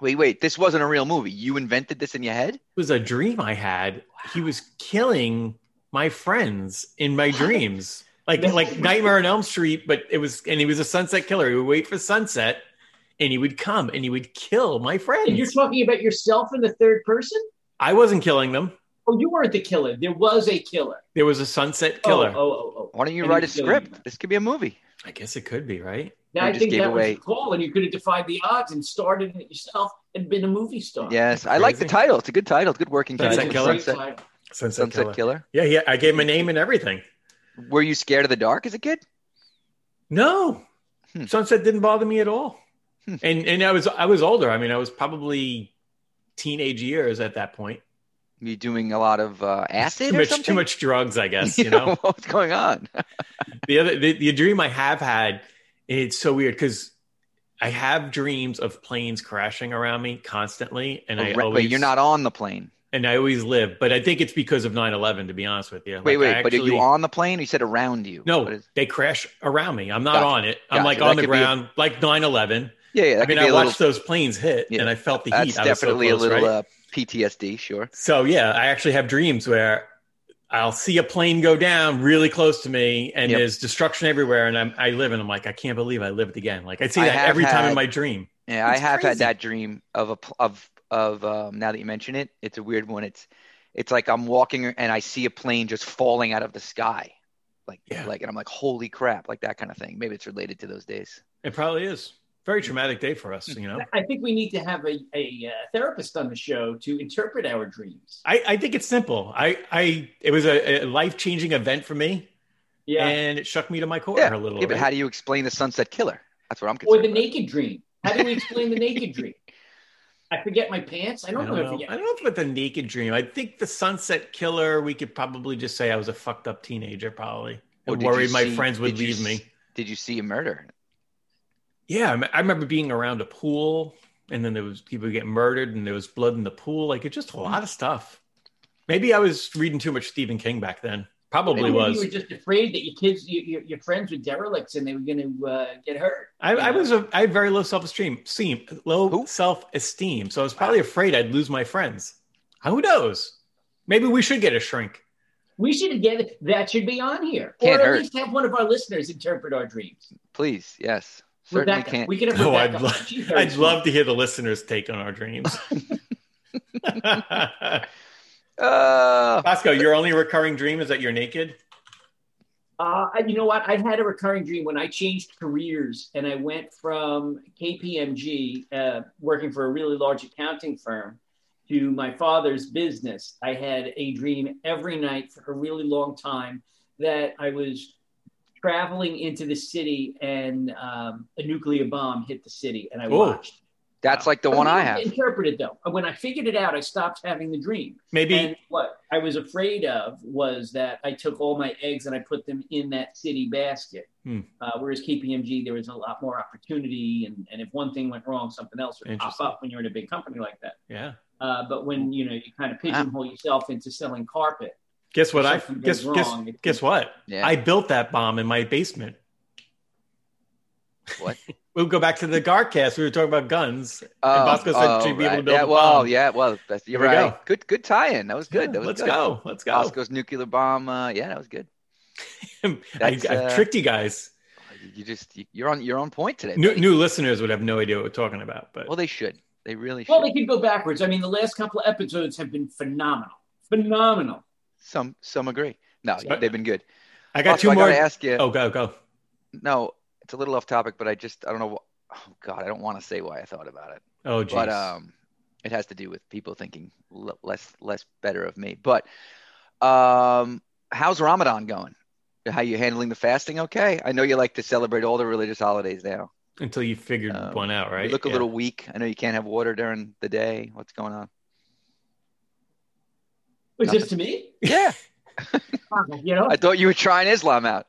Speaker 4: Wait, wait. This wasn't a real movie. You invented this in your head?
Speaker 3: It was a dream I had. He was killing my friends in my dreams. Like
Speaker 5: That's
Speaker 3: like
Speaker 5: crazy.
Speaker 3: Nightmare on Elm Street, but it was and he was a sunset killer. He would wait for sunset and he would come and he would kill my friends.
Speaker 5: And you're talking about yourself in the third person?
Speaker 3: I wasn't killing them.
Speaker 5: Oh, you weren't the killer. There was a killer.
Speaker 3: There was a sunset killer.
Speaker 5: Oh, oh, oh, oh.
Speaker 4: Why don't you
Speaker 5: And
Speaker 4: write a
Speaker 5: he's killing
Speaker 4: script? This could be a movie.
Speaker 3: I guess it could be, right?
Speaker 5: Now,
Speaker 4: You
Speaker 5: I
Speaker 4: just
Speaker 5: think
Speaker 4: gave
Speaker 5: that
Speaker 4: away-
Speaker 5: was the call, and you could have defied the odds and started in it yourself and been a movie star.
Speaker 4: Yes, I like the
Speaker 3: Crazy.
Speaker 4: title. It's a good title. It's a good working
Speaker 5: That
Speaker 4: title.
Speaker 5: is
Speaker 3: Sunset
Speaker 5: a
Speaker 3: Killer?
Speaker 5: great
Speaker 4: Sunset,
Speaker 5: title.
Speaker 3: Sunset,
Speaker 4: Sunset
Speaker 3: killer.
Speaker 4: Killer.
Speaker 3: Yeah, yeah. I gave him a name and everything.
Speaker 4: Were you scared of the dark as a kid?
Speaker 3: No.
Speaker 4: Hmm.
Speaker 3: Sunset didn't bother me at all.
Speaker 4: Hmm.
Speaker 3: And and I was I was older. I mean, I was probably teenage years at that point.
Speaker 4: Were you doing a lot of uh, acid
Speaker 3: Too
Speaker 4: or
Speaker 3: much
Speaker 4: something?
Speaker 3: too much drugs, I guess, you know.
Speaker 4: what's going on?
Speaker 3: the other the, the dream I have had, it's so weird because I have dreams of planes crashing around me constantly, and I
Speaker 4: Oh, Right,
Speaker 3: always
Speaker 4: but you're not on the plane.
Speaker 3: and I always live. But I think it's because of 9-11, to be honest with you. Like,
Speaker 4: Wait, wait,
Speaker 3: I
Speaker 4: but are
Speaker 3: actually-
Speaker 4: you on the plane? Or you said around you.
Speaker 3: No,
Speaker 4: What is-
Speaker 3: they crash around me. I'm not
Speaker 4: Gotcha.
Speaker 3: on it. I'm
Speaker 4: Gotcha.
Speaker 3: like
Speaker 4: That
Speaker 3: on the
Speaker 4: could be a-
Speaker 3: ground, like 9/11.
Speaker 4: yeah, yeah, that
Speaker 3: I
Speaker 4: could
Speaker 3: mean, I
Speaker 4: be a
Speaker 3: watched
Speaker 4: little.
Speaker 3: those planes hit,
Speaker 4: Yeah.
Speaker 3: and I felt the
Speaker 4: That's
Speaker 3: heat. I was so
Speaker 4: definitely
Speaker 3: close,
Speaker 4: a little
Speaker 3: right?
Speaker 4: uh, PTSD. Sure.
Speaker 3: So yeah, I actually have dreams where I'll see a plane go down really close to me, and
Speaker 4: Yep.
Speaker 3: there's destruction everywhere, and I'm, I live, and I'm like, I can't believe I lived again. Like I see
Speaker 4: I
Speaker 3: that
Speaker 4: have
Speaker 3: every time in
Speaker 4: had-
Speaker 3: my dream.
Speaker 4: Yeah,
Speaker 3: That's
Speaker 4: I have
Speaker 3: crazy.
Speaker 4: had that dream of a pl- of of um, now that you mention it, it's a weird one. It's it's like I'm walking and I see a plane just falling out of the sky, like
Speaker 3: Yeah.
Speaker 4: like, and I'm like, holy crap, like that kind of thing. Maybe it's related to those days.
Speaker 3: It probably is very traumatic day for us, you know.
Speaker 5: I think we need to have a, a uh, therapist on the show to interpret our dreams.
Speaker 3: I, I think it's simple. I, I it was a, a life changing event for me,
Speaker 5: Yeah.
Speaker 3: and it shook me to my core
Speaker 4: yeah,
Speaker 3: a little.
Speaker 4: yeah, but
Speaker 3: right?
Speaker 4: how do you explain the sunset killer? That's what I'm
Speaker 5: Or
Speaker 4: concerned.
Speaker 5: the
Speaker 4: about.
Speaker 5: naked dream. How do we explain the naked dream? I forget my pants. I
Speaker 3: I
Speaker 5: don't,
Speaker 3: don't
Speaker 5: know.
Speaker 3: know.
Speaker 5: If you
Speaker 3: I don't know if with the naked dream. I think the Sunset Killer. We could probably just say I was a fucked up teenager, probably. I
Speaker 4: Or did you
Speaker 3: worried my
Speaker 4: see-
Speaker 3: friends would
Speaker 4: did you
Speaker 3: leave
Speaker 4: s-
Speaker 3: me.
Speaker 4: Did you see a murder?
Speaker 3: Yeah, I me- I remember being around a pool, and then there was people get murdered, and there was blood in the pool. Like it's just a lot of stuff. Maybe I was reading too much Stephen King back then. Probably
Speaker 5: Maybe
Speaker 3: was.
Speaker 5: You were just afraid that your kids, your, your, your friends were derelicts and they were going to uh, get hurt.
Speaker 3: I,
Speaker 5: you
Speaker 3: I
Speaker 5: know?
Speaker 3: was a, I had very low self esteem, seem low
Speaker 4: Who?
Speaker 3: self esteem. So I was probably afraid I'd lose my friends. Who knows? Maybe we should get a shrink.
Speaker 5: We should get that should be on here,
Speaker 4: Can't
Speaker 5: or at
Speaker 4: hurt.
Speaker 5: least have one of our listeners interpret our dreams.
Speaker 4: Please, yes. Certainly
Speaker 5: Rebecca,
Speaker 4: can't.
Speaker 5: we can have
Speaker 3: Oh, I'd
Speaker 5: Rebecca.
Speaker 3: lo-
Speaker 5: on. She's very
Speaker 3: I'd
Speaker 5: smart.
Speaker 3: love to hear the listeners' take on our dreams.
Speaker 4: Uh,
Speaker 3: Bosco, your only recurring dream is that you're naked.
Speaker 5: Uh, you know what? I've had a recurring dream when I changed careers and I went from KPMG, uh, working for a really large accounting firm, to my father's business. I had a dream every night for a really long time that I was traveling into the city and um, a nuclear bomb hit the city and I
Speaker 3: Whoa.
Speaker 5: watched.
Speaker 4: that's like the one I
Speaker 5: didn't
Speaker 4: have.
Speaker 5: interpret it though. When I figured it out, I stopped having the dream.
Speaker 3: Maybe
Speaker 5: And what I was afraid of was that I took all my eggs and I put them in that city basket.
Speaker 3: Hmm.
Speaker 5: Uh, whereas KPMG, there was a lot more opportunity, and, and if one thing went wrong, something else would pop
Speaker 3: Interesting.
Speaker 5: up when you're in a big company like that.
Speaker 3: yeah.
Speaker 5: Uh, but
Speaker 4: Hmm.
Speaker 5: when you know you kind
Speaker 4: Ah.
Speaker 5: of pigeonhole yourself into selling carpet,
Speaker 3: Guess what?
Speaker 5: If
Speaker 3: I
Speaker 5: something
Speaker 3: guess
Speaker 5: goes
Speaker 3: guess
Speaker 5: wrong, it-
Speaker 3: guess what?
Speaker 4: Yeah.
Speaker 3: I built that bomb in my basement.
Speaker 4: What?
Speaker 3: We'll go back to the Garcast. We were talking about guns.
Speaker 4: Oh,
Speaker 3: Bosco said
Speaker 4: oh,
Speaker 3: to be able to
Speaker 4: right.
Speaker 3: build
Speaker 4: yeah,
Speaker 3: a
Speaker 4: well,
Speaker 3: bomb.
Speaker 4: yeah, well, that's, you're
Speaker 3: There we
Speaker 4: right.
Speaker 3: go.
Speaker 4: Good, good tie-in. That was good. That was
Speaker 3: Let's
Speaker 4: good.
Speaker 3: go. Let's go.
Speaker 4: Bosco's nuclear bomb. Uh, yeah, that was good.
Speaker 3: I,
Speaker 4: That's,
Speaker 3: I
Speaker 4: uh,
Speaker 3: tricked you guys.
Speaker 4: You just you're on you're on point today.
Speaker 3: New,
Speaker 4: buddy.
Speaker 3: new listeners would have no idea what we're talking about, but
Speaker 4: Well, they should. They really should.
Speaker 5: well, they could go backwards. I mean, the last couple of episodes have been phenomenal, phenomenal.
Speaker 4: some some agree. No,
Speaker 3: So-
Speaker 4: they've been good.
Speaker 3: I got
Speaker 4: Also,
Speaker 3: two more.
Speaker 4: I gotta ask you.
Speaker 3: oh, go go.
Speaker 4: No, it's a little off topic, but I just I don't know. wh- Oh God, I don't want to say why I thought about it,
Speaker 3: Oh, geez.
Speaker 4: but um, it has to do with people thinking l- less less better of me. But um, how's Ramadan going? How you handling the fasting? Okay, I know you like to celebrate all the religious holidays now.
Speaker 3: Until you figured
Speaker 4: um,
Speaker 3: one out, right?
Speaker 4: You look a
Speaker 3: Yeah.
Speaker 4: little weak. I know you can't have water during the day. What's going on?
Speaker 5: Was this to me?
Speaker 4: Yeah,
Speaker 5: You know,
Speaker 4: I thought you were trying Islam out.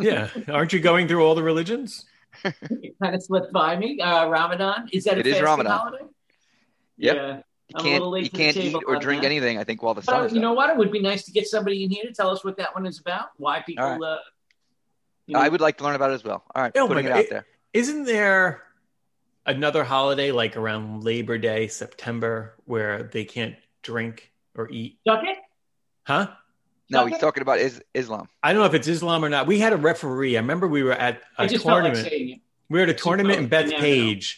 Speaker 3: yeah. Aren't you going through all the religions?
Speaker 5: it kind of slipped by me. Uh, Ramadan is that a
Speaker 4: It is
Speaker 5: fasting
Speaker 4: Ramadan.
Speaker 5: holiday?
Speaker 4: Yep.
Speaker 5: Yeah.
Speaker 4: You
Speaker 5: I'm a little
Speaker 4: can't
Speaker 5: late
Speaker 4: you
Speaker 5: to the
Speaker 4: can't eat
Speaker 5: table
Speaker 4: or
Speaker 5: on
Speaker 4: drink
Speaker 5: that.
Speaker 4: anything. I think while the sun
Speaker 5: But
Speaker 4: is
Speaker 5: you
Speaker 4: up.
Speaker 5: know what? It would be nice to get somebody in here to tell us what that one is about. Why people.
Speaker 4: All right.
Speaker 5: Uh, you know,
Speaker 4: I would like to learn about it as well. All right,
Speaker 3: Oh my
Speaker 4: putting it
Speaker 3: God.
Speaker 4: out there.
Speaker 3: Isn't there another holiday like around Labor Day, September, where they can't drink or eat?
Speaker 5: duck it.
Speaker 3: Huh?
Speaker 4: No,
Speaker 5: Okay.
Speaker 4: he's talking about is Islam.
Speaker 3: I don't know if it's Islam or not. We had a referee. I remember we were at a
Speaker 5: I just felt like
Speaker 3: tournament.
Speaker 5: saying it.
Speaker 3: we were at a
Speaker 5: She
Speaker 3: tournament in
Speaker 5: probably didn't have it out.
Speaker 3: Bethpage.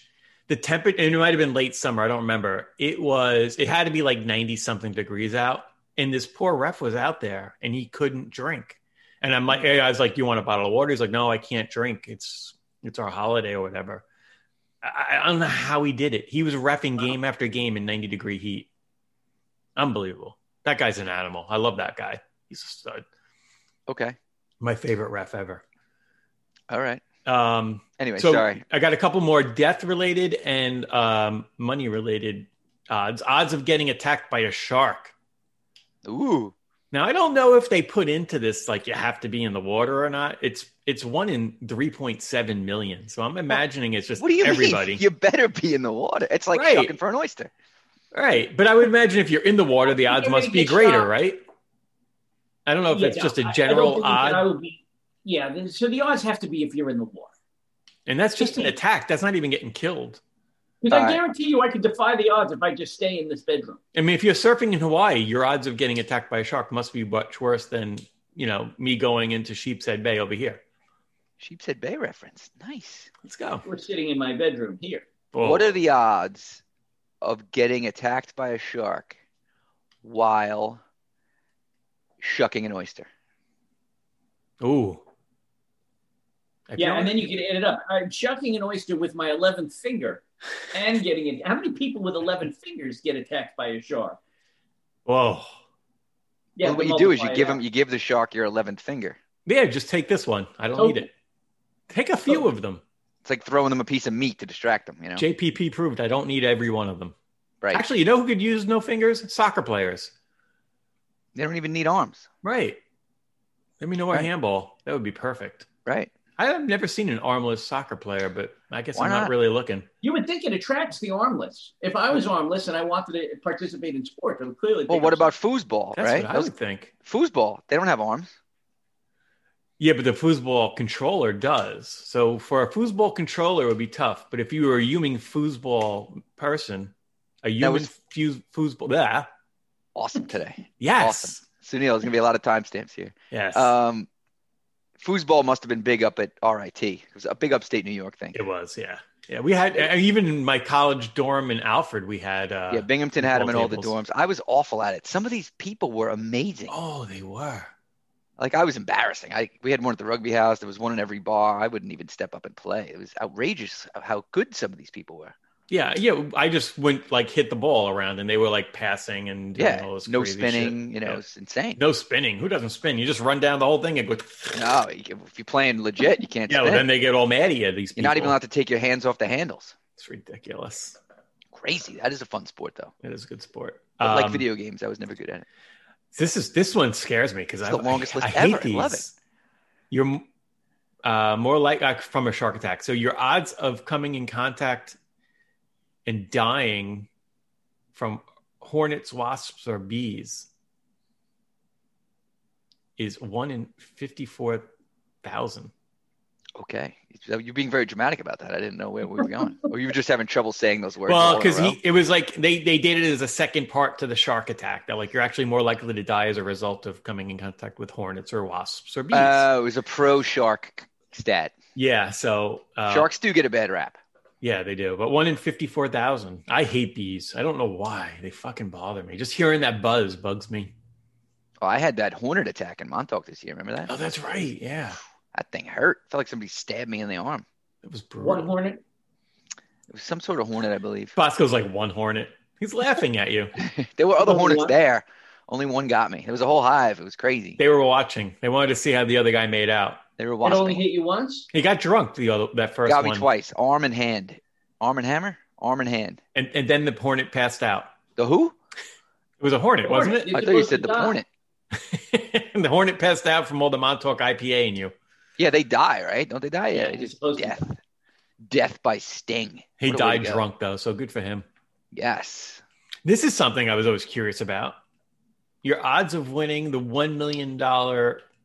Speaker 3: The temperature, and it might have been late summer. I don't remember. It was. It had to be like ninety something degrees out, and this poor ref was out there, and he couldn't drink. And I'm like, I was like, "You want a bottle of water?" He's like, "No, I can't drink. It's it's our holiday or whatever." I, I don't know how he did it. He was refing game after game in ninety degree heat. Unbelievable. That guy's an animal. I love that guy. He's a stud.
Speaker 4: Okay.
Speaker 3: My favorite ref ever.
Speaker 4: All right.
Speaker 3: Um,
Speaker 4: Anyway,
Speaker 3: so
Speaker 4: sorry.
Speaker 3: I got a couple more death related and um, money related odds. Odds of getting attacked by a shark.
Speaker 4: Ooh.
Speaker 3: Now I don't know if they put into this like you have to be in the water or not. It's it's one in three point seven million. So I'm imagining it's just
Speaker 4: What do you
Speaker 3: everybody.
Speaker 4: mean? You better be in the water. It's like
Speaker 3: Right.
Speaker 4: looking for an oyster.
Speaker 3: Right. But I would imagine if you're in the water, the
Speaker 5: I
Speaker 3: odds
Speaker 5: think
Speaker 3: must
Speaker 5: you're
Speaker 3: be
Speaker 5: gonna get
Speaker 3: greater,
Speaker 5: shot.
Speaker 3: right? I don't know Oh, if
Speaker 5: Yeah,
Speaker 3: it's just
Speaker 5: I-
Speaker 3: a
Speaker 5: I don't
Speaker 3: general
Speaker 5: think that I
Speaker 3: odd.
Speaker 5: would be- yeah. then- So the odds have to be if you're in the war.
Speaker 3: And that's just an attack. That's not even getting killed.
Speaker 5: Because I
Speaker 4: All right.
Speaker 5: guarantee you, I could defy the odds if I just stay in this bedroom.
Speaker 3: I mean, if you're surfing in Hawaii, your odds of getting attacked by a shark must be much worse than you know me going into Sheep's Head Bay over here.
Speaker 4: Sheepshead Bay reference. Nice.
Speaker 3: Let's go.
Speaker 5: We're sitting in my bedroom here.
Speaker 3: Oh,
Speaker 4: What are the odds of getting attacked by a shark while shucking an oyster?
Speaker 3: Ooh. I
Speaker 5: yeah,
Speaker 3: feel
Speaker 5: and
Speaker 3: like-
Speaker 5: then you can add it up. I'm shucking an oyster with my 11th finger and getting it. How many people with 11 fingers get attacked by a shark?
Speaker 3: whoa.
Speaker 5: Yeah,
Speaker 4: Well, what
Speaker 5: to
Speaker 4: you do is
Speaker 5: multiply
Speaker 4: you
Speaker 5: it
Speaker 4: give
Speaker 5: out.
Speaker 4: him you give the shark your eleventh finger.
Speaker 3: Yeah, just take this one. I don't
Speaker 5: So-
Speaker 3: need it.
Speaker 5: Oh.
Speaker 3: Take a few
Speaker 4: Oh.
Speaker 5: So-
Speaker 3: of them.
Speaker 4: It's like throwing them a piece of meat to distract them, you know?
Speaker 3: JPP proved I don't need every one of them.
Speaker 4: Right.
Speaker 3: Actually, you know who could use no fingers? Soccer players.
Speaker 4: they don't even need arms.
Speaker 3: Right. Let me know why
Speaker 4: Right.
Speaker 3: handball. That would be perfect.
Speaker 4: Right.
Speaker 3: I have never seen an armless soccer player, but I guess
Speaker 4: Why
Speaker 3: I'm not?
Speaker 4: not?
Speaker 3: really looking.
Speaker 5: You would think it attracts the armless. If I was armless and I wanted to participate in sport, it would clearly.
Speaker 4: Well,
Speaker 5: pick
Speaker 4: what
Speaker 5: up
Speaker 4: about foosball,
Speaker 3: That's
Speaker 4: right?
Speaker 3: what I
Speaker 4: Those-
Speaker 3: would think.
Speaker 4: foosball, they don't have arms.
Speaker 3: Yeah, but the foosball controller does. So for a foosball controller, it would be tough. But if you were a human foosball person, a human
Speaker 4: was-
Speaker 3: fuse, foosball, yeah,
Speaker 4: Awesome today.
Speaker 3: yes,
Speaker 4: Awesome. Sunil, there's gonna be a lot of timestamps here.
Speaker 3: yes,
Speaker 4: Um, foosball must have been big up at RIT. It was a big upstate New York thing.
Speaker 3: it was. Yeah, yeah. We had uh, even in my college dorm in Alfred, we had. Uh,
Speaker 4: yeah, Binghamton had them in all the
Speaker 3: football
Speaker 4: dorms. I was awful at it. Some of these people were amazing.
Speaker 3: Oh, they were.
Speaker 4: Like I was embarrassing. I we had one at the rugby house. There was one in every bar. I wouldn't even step up and play. It was outrageous of how good some of these people were.
Speaker 3: Yeah, yeah. I just went like hit the ball around, and they were like passing and doing all
Speaker 4: Yeah,
Speaker 3: this
Speaker 4: no
Speaker 3: crazy shit.
Speaker 4: spinning. You know,
Speaker 3: Yeah.
Speaker 4: it's insane.
Speaker 3: no spinning. Who doesn't spin? You just run down the whole thing and go.
Speaker 4: No, you can- if you're playing legit, you can't.
Speaker 3: Yeah, well,
Speaker 4: spin.
Speaker 3: then they get all mad at you. These
Speaker 4: You're
Speaker 3: people.
Speaker 4: not even allowed to take your hands off the handles.
Speaker 3: It's ridiculous.
Speaker 4: Crazy. That is a fun sport though.
Speaker 3: It is a good sport.
Speaker 4: But like
Speaker 3: Um,
Speaker 4: video games, I was never good at it.
Speaker 3: This is this one scares me because
Speaker 4: It's
Speaker 3: I
Speaker 4: the longest
Speaker 3: I,
Speaker 4: list
Speaker 3: I hate
Speaker 4: ever. I
Speaker 3: These.
Speaker 4: love it.
Speaker 3: You're m- uh, more like uh, from a shark attack. So your odds of coming in contact and dying from hornets, wasps, or bees is one in fifty-four thousand.
Speaker 4: Okay, So you're being very dramatic about that. I didn't know where we were going, or you were just having trouble saying those words.
Speaker 3: Well,
Speaker 4: all in a
Speaker 3: because
Speaker 4: row?
Speaker 3: he it was like they they did it as a second part to the shark attack. That like you're actually more likely to die as a result of coming in contact with hornets or wasps or bees.
Speaker 4: Oh, it was a pro shark stat.
Speaker 3: yeah, so uh,
Speaker 4: Sharks do get a bad rap.
Speaker 3: Yeah, they do. But one in fifty-four thousand. I hate bees. I don't know why they fucking bother me. Just hearing that buzz bugs me.
Speaker 4: Oh, I had that hornet attack in Montauk this year. Remember that?
Speaker 3: Oh, that's right. Yeah,
Speaker 4: That thing hurt. Felt like somebody stabbed me in the arm.
Speaker 3: it was
Speaker 5: One
Speaker 3: brutal.
Speaker 5: hornet.
Speaker 4: It was some sort of hornet, I believe.
Speaker 3: Bosco's like one hornet. He's laughing at you.
Speaker 4: There were other
Speaker 5: Only
Speaker 4: hornets
Speaker 5: one?
Speaker 4: there. Only one got me. There was a whole hive. It was crazy.
Speaker 3: They were watching. They wanted to see how the other guy made out.
Speaker 4: They were
Speaker 5: It only
Speaker 4: watching.
Speaker 5: hit you once.
Speaker 3: He got drunk the other, that first
Speaker 4: Got me
Speaker 3: one,
Speaker 4: twice. Arm and hand. Arm and hammer. Arm and hand.
Speaker 3: and and then the hornet passed out.
Speaker 4: The who?
Speaker 3: It was a hornet, wasn't
Speaker 5: Hornet.
Speaker 3: it?
Speaker 4: I
Speaker 5: You're
Speaker 4: thought you
Speaker 5: supposed
Speaker 4: said
Speaker 5: to
Speaker 4: the
Speaker 5: die.
Speaker 4: hornet.
Speaker 3: and the hornet passed out from all the Montauk IPA in you.
Speaker 4: Yeah, they die, right? Don't they die? Yeah,
Speaker 5: Yeah,
Speaker 4: it's
Speaker 5: you're
Speaker 4: just
Speaker 5: supposed to
Speaker 4: death. Death by sting.
Speaker 3: He
Speaker 4: What a way to
Speaker 3: died
Speaker 4: go.
Speaker 3: drunk though, so good for him.
Speaker 4: Yes.
Speaker 3: This is something I was always curious about. Your odds of winning the $1 million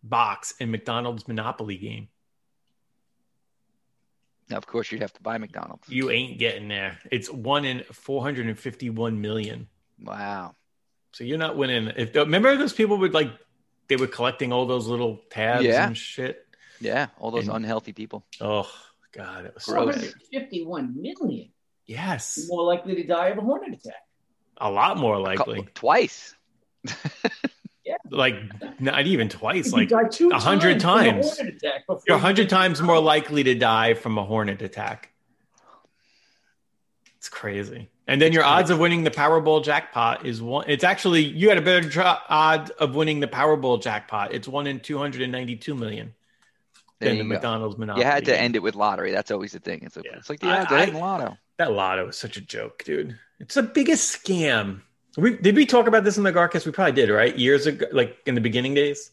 Speaker 3: box in McDonald's Monopoly game.
Speaker 4: Now, of course, you'd have to buy McDonald's.
Speaker 3: You ain't getting there. It's one in 451 million.
Speaker 4: Wow.
Speaker 3: So you're not winning. If Remember those people would like, they were collecting all those little tabs
Speaker 4: Yeah.
Speaker 3: and shit?
Speaker 4: Yeah, all those
Speaker 3: And-
Speaker 4: unhealthy people.
Speaker 3: Oh, God. It was so
Speaker 4: Gross.
Speaker 3: bad.
Speaker 5: 151 million.
Speaker 3: Yes.
Speaker 5: More likely to die of a hornet attack.
Speaker 3: A lot more
Speaker 4: Couple-
Speaker 3: likely.
Speaker 4: Twice.
Speaker 3: Like, not even twice. Like,
Speaker 5: you die two
Speaker 3: 100
Speaker 5: times.
Speaker 3: times.
Speaker 5: from a hornet attack before
Speaker 3: You're
Speaker 5: you
Speaker 3: 100
Speaker 5: get-
Speaker 3: times more likely to die from a hornet attack. It's crazy. And then your odds of winning the Powerball jackpot is one. It's actually, you had a better dra- odd of winning the Powerball jackpot. It's one in 292 million
Speaker 4: There
Speaker 3: than
Speaker 4: you
Speaker 3: the
Speaker 4: go.
Speaker 3: McDonald's Monopoly.
Speaker 4: You had to
Speaker 3: game.
Speaker 4: end it with lottery. That's always the thing. It's, a,
Speaker 3: Yeah.
Speaker 4: it's like the
Speaker 3: I-
Speaker 4: odds of
Speaker 3: I-
Speaker 4: hitting lotto.
Speaker 3: That lotto is such a joke, dude. It's the biggest scam. We, did we talk about this in the Garcast? We probably did, right? Years ago, like in the beginning days?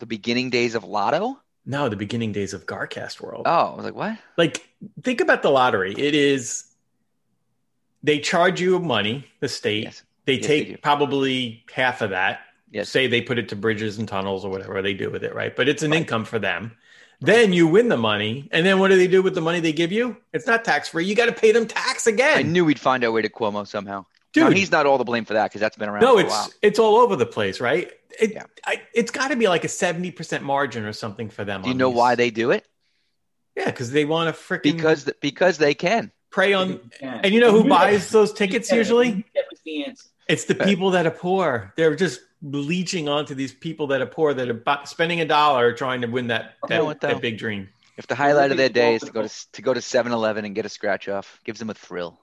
Speaker 4: The beginning days of lotto?
Speaker 3: No, the beginning days of Garcast world.
Speaker 4: Oh, I was like, what?
Speaker 3: like think about the lottery it is they charge you money the state
Speaker 4: Yes.
Speaker 3: they
Speaker 4: Yes,
Speaker 3: take
Speaker 4: they do.
Speaker 3: probably half of that
Speaker 4: Yes.
Speaker 3: say they put it to bridges and tunnels or whatever they do with it right but it's an income for them then you win the money and then what do they do with the money they give you it's not tax free you got to pay them tax
Speaker 4: I
Speaker 3: again
Speaker 4: knew we'd find our way to Cuomo somehow.
Speaker 3: dude
Speaker 4: Now, he's not all the blame for that because that's been around
Speaker 3: no
Speaker 4: for a
Speaker 3: it's
Speaker 4: while.
Speaker 3: it's all over the place right it,
Speaker 4: Yeah.
Speaker 3: I, it's got to be like a 70% margin or something for them
Speaker 4: Do you
Speaker 3: on
Speaker 4: know
Speaker 3: these.
Speaker 4: why they do it?
Speaker 3: yeah because they want to freaking
Speaker 4: Because th- because they can.
Speaker 3: prey on and you know who buys those tickets
Speaker 5: Yeah,
Speaker 3: usually
Speaker 5: That was the answer.
Speaker 3: It's the
Speaker 4: Right.
Speaker 3: people that are poor. They're just leeching onto these people that are poor that are bu- spending a dollar trying to win that
Speaker 4: You know
Speaker 3: that,
Speaker 4: what, though?
Speaker 3: that big dream.
Speaker 4: If the highlight
Speaker 5: Everything's
Speaker 4: of their day is to go to
Speaker 5: multiple.
Speaker 4: s- to go to 7-Eleven and get a scratch off, gives them a thrill.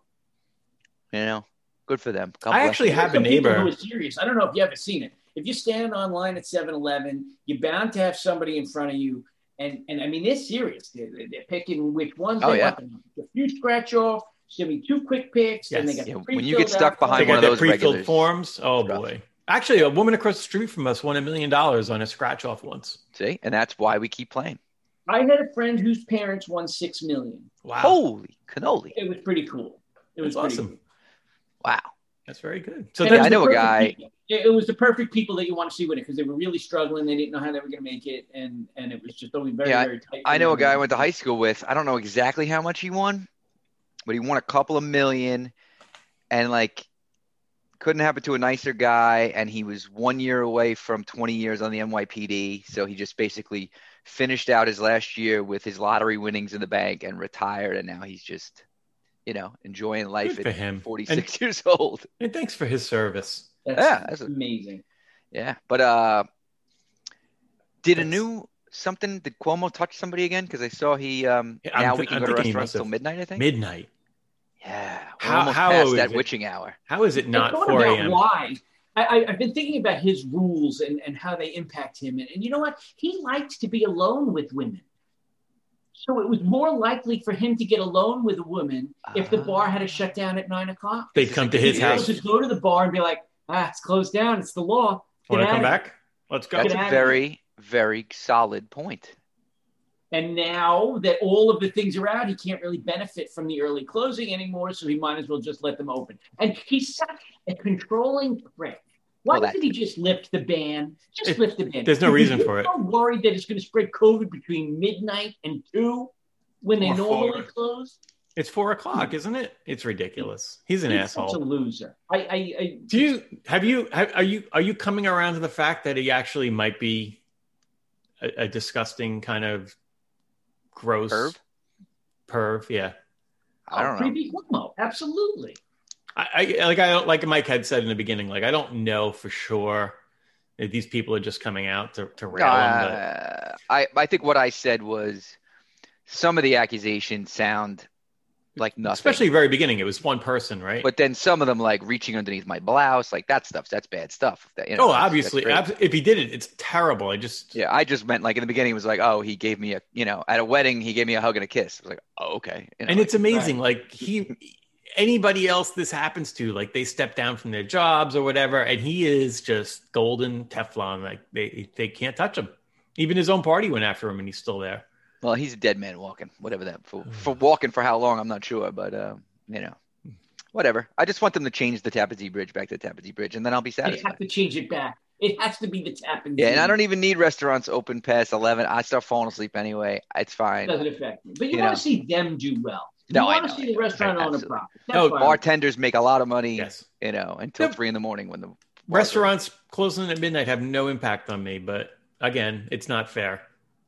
Speaker 4: You know, good for them. God
Speaker 3: I
Speaker 4: bless
Speaker 3: actually
Speaker 4: them.
Speaker 3: have a
Speaker 5: Some people
Speaker 3: neighbor.
Speaker 5: Who are serious. I don't know if you ever seen it. If you're standing online at 7-Eleven, you're bound to have somebody in front of you. And, and I mean, they're serious. They're, they're- they're picking which ones
Speaker 4: Oh,
Speaker 5: they
Speaker 4: yeah.
Speaker 5: want. The few scratch off, It's gonna be two quick picks, and they
Speaker 3: Yes.
Speaker 5: got
Speaker 4: Yeah,
Speaker 5: the
Speaker 4: when you
Speaker 5: pre-filled
Speaker 4: get stuck
Speaker 5: out
Speaker 4: behind
Speaker 3: They
Speaker 5: form.
Speaker 4: one
Speaker 3: got
Speaker 4: of
Speaker 3: their
Speaker 4: those
Speaker 3: pre-filled
Speaker 4: regulars.
Speaker 3: forms. Oh
Speaker 4: Rough.
Speaker 3: boy! Actually, a woman across the street from us won a million dollars on a scratch off once.
Speaker 4: See, and that's why we keep playing.
Speaker 5: I had a friend whose parents won six million.
Speaker 3: Wow,
Speaker 4: Holy cannoli!
Speaker 5: It was pretty cool. It was
Speaker 3: That's
Speaker 5: pretty
Speaker 3: awesome.
Speaker 5: cool.
Speaker 4: Wow.
Speaker 3: that's very good. So
Speaker 5: And
Speaker 4: Yeah,
Speaker 5: it
Speaker 3: then,
Speaker 5: was
Speaker 4: I
Speaker 5: the
Speaker 4: know a
Speaker 5: perfect
Speaker 4: guy-
Speaker 5: people- It it was the perfect people that you want to see win it because they were really struggling. They didn't know how they were going to make it, and and it was just always very
Speaker 4: Yeah,
Speaker 5: very tight.
Speaker 4: I know a guy I went to high school with. I don't know exactly how much he won, but he won a couple of million and like couldn't happen to a nicer guy. And he was one year away from 20 years on the NYPD. So he just basically finished out his last year with his lottery winnings in the bank and retired. And now he's just, you know, enjoying life
Speaker 3: Good for
Speaker 4: at
Speaker 3: him.
Speaker 4: 46 years old.
Speaker 3: and thanks for his service.
Speaker 5: That's
Speaker 4: Yeah, that's a-
Speaker 5: amazing.
Speaker 4: Yeah. But uh, did a
Speaker 3: That's-
Speaker 4: new something? Did Cuomo touch somebody again? Because I saw he um,
Speaker 3: Yeah, I'm
Speaker 4: now
Speaker 3: thi-
Speaker 4: we can
Speaker 3: I'm
Speaker 4: go to
Speaker 3: thinking he
Speaker 4: restaurants
Speaker 3: must have-
Speaker 4: till midnight. I think.
Speaker 3: Midnight.
Speaker 4: Yeah, we're
Speaker 3: How-
Speaker 4: almost
Speaker 3: how
Speaker 4: past
Speaker 3: is
Speaker 4: that
Speaker 3: it?
Speaker 4: witching hour.
Speaker 3: How is it
Speaker 5: I
Speaker 3: not
Speaker 5: thought
Speaker 3: 4
Speaker 5: about
Speaker 3: a.m.?
Speaker 5: Why? I, I, I've been thinking about his rules and, and how they impact him. And, and you know what? He likes to be alone with women. So it was more likely for him to get alone with a woman if the bar had to shut down at nine o'clock.
Speaker 3: They'd come to his
Speaker 5: He'd be able
Speaker 3: house.
Speaker 5: to just go to the bar and be like, ah, it's closed down. It's the law.
Speaker 3: Want to
Speaker 5: Get
Speaker 3: come
Speaker 5: out of
Speaker 3: back? Let's go.
Speaker 4: That's
Speaker 5: Get out
Speaker 4: a
Speaker 5: of
Speaker 4: very, very solid point.
Speaker 5: And now that all of the things are out, he can't really benefit from the early closing anymore. So he might as well just let them open. And he's such a controlling prick. Why
Speaker 4: Well, that-
Speaker 5: did he just lift the ban? Just
Speaker 3: It-
Speaker 5: lift the ban.
Speaker 3: there's no reason for it.
Speaker 5: So worried that it's going to spread COVID between midnight and two when they
Speaker 3: Or
Speaker 5: normally
Speaker 3: four.
Speaker 5: close.
Speaker 3: It's four o'clock,
Speaker 4: Hmm.
Speaker 3: isn't it? It's ridiculous. He's an
Speaker 5: he's such a
Speaker 3: asshole.
Speaker 5: loser. I, I, I
Speaker 3: Do you have you have, are you are you coming around to the fact that he actually might be a, a disgusting kind of gross
Speaker 4: Perv?
Speaker 3: Perv, yeah.
Speaker 4: I don't know.
Speaker 5: creepy Cuomo. Absolutely.
Speaker 3: I, I like I don't like Mike had said in the beginning. Like I don't know for sure that these people are just coming out to to rail him. But
Speaker 4: Uh, I I think what I said was some of the accusations sound like nothing,
Speaker 3: especially very beginning, it was one person, right?
Speaker 4: But then some of them like reaching underneath my blouse, like that stuff. That's bad stuff. That, you know,
Speaker 3: oh,
Speaker 4: that's- that's
Speaker 3: obviously,
Speaker 4: great.
Speaker 3: ab- if he did it, it's terrible. I just
Speaker 4: Yeah, I just meant like in the beginning it was like, oh, he gave me a, you know, at a wedding he gave me a hug and a kiss. I was like, oh, okay. You
Speaker 3: and
Speaker 4: know, like-
Speaker 3: it's amazing like he anybody else this happens to like they step down from their jobs or whatever and he is just golden teflon like they they can't touch him even his own party went after him and he's still there
Speaker 4: Well, he's a dead man walking, whatever that for,
Speaker 3: Mm.
Speaker 4: for walking for how long I'm not sure, but uh, you know, whatever. I just want them to change the Tappan Zee Bridge back to the Tappan Zee Bridge, and then I'll be
Speaker 5: They
Speaker 4: satisfied.
Speaker 5: have to change it back. It has to be the tap and
Speaker 4: Yeah, and I
Speaker 5: Zee.
Speaker 4: don't even need restaurants open past eleven. I start falling asleep anyway. It's fine.
Speaker 5: doesn't affect me. But you,
Speaker 4: You
Speaker 5: want
Speaker 4: know.
Speaker 5: to see them do well.
Speaker 4: No,
Speaker 5: you
Speaker 4: I
Speaker 5: want
Speaker 4: know,
Speaker 5: to
Speaker 4: I
Speaker 5: see the
Speaker 4: know.
Speaker 5: restaurant owner
Speaker 4: Absolutely.
Speaker 5: profit.
Speaker 3: No,
Speaker 5: fine.
Speaker 4: Bartenders make a lot of money,
Speaker 3: yes
Speaker 4: you know, until
Speaker 3: Yep.
Speaker 4: three in the morning when the
Speaker 3: restaurants closing at midnight have no impact on me but again it's not fair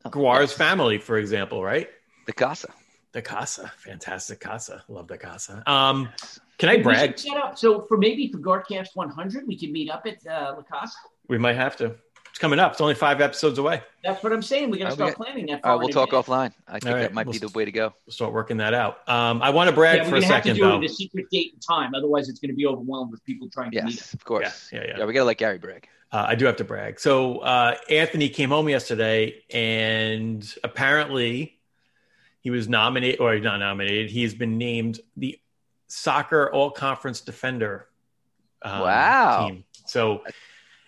Speaker 3: Oh, guar's family for example right
Speaker 4: the casa.
Speaker 3: the casa fantastic casa love the casa um can i brag
Speaker 5: We should set up. So for maybe for Guardcast 100, we can meet up at uh, La Casa.
Speaker 3: we might have to it's coming up it's only five episodes away
Speaker 5: That's what I'm saying. We got
Speaker 4: Uh, we
Speaker 5: to start
Speaker 4: got-
Speaker 5: planning that.
Speaker 4: All
Speaker 5: far
Speaker 4: right, we'll
Speaker 5: in
Speaker 4: talk
Speaker 5: advance.
Speaker 4: offline. I think
Speaker 3: All right,
Speaker 4: that might
Speaker 3: we'll
Speaker 4: be the
Speaker 3: s-
Speaker 4: way to go.
Speaker 3: we'll start working that out um i want to brag
Speaker 5: Yeah, we're
Speaker 3: for a
Speaker 5: gonna have
Speaker 3: second
Speaker 5: to do
Speaker 3: though
Speaker 5: it at a secret date and time. Otherwise, it's going to be overwhelmed with people trying to meet. up.
Speaker 4: Yes, of course.
Speaker 3: Yeah, yeah, yeah.
Speaker 4: we gotta let Gary brag.
Speaker 3: Uh, I do have to brag. So uh, Anthony came home yesterday, and apparently he was nominated or not nominated. He has been named the soccer all conference defender. um,
Speaker 4: Wow.
Speaker 3: Team. So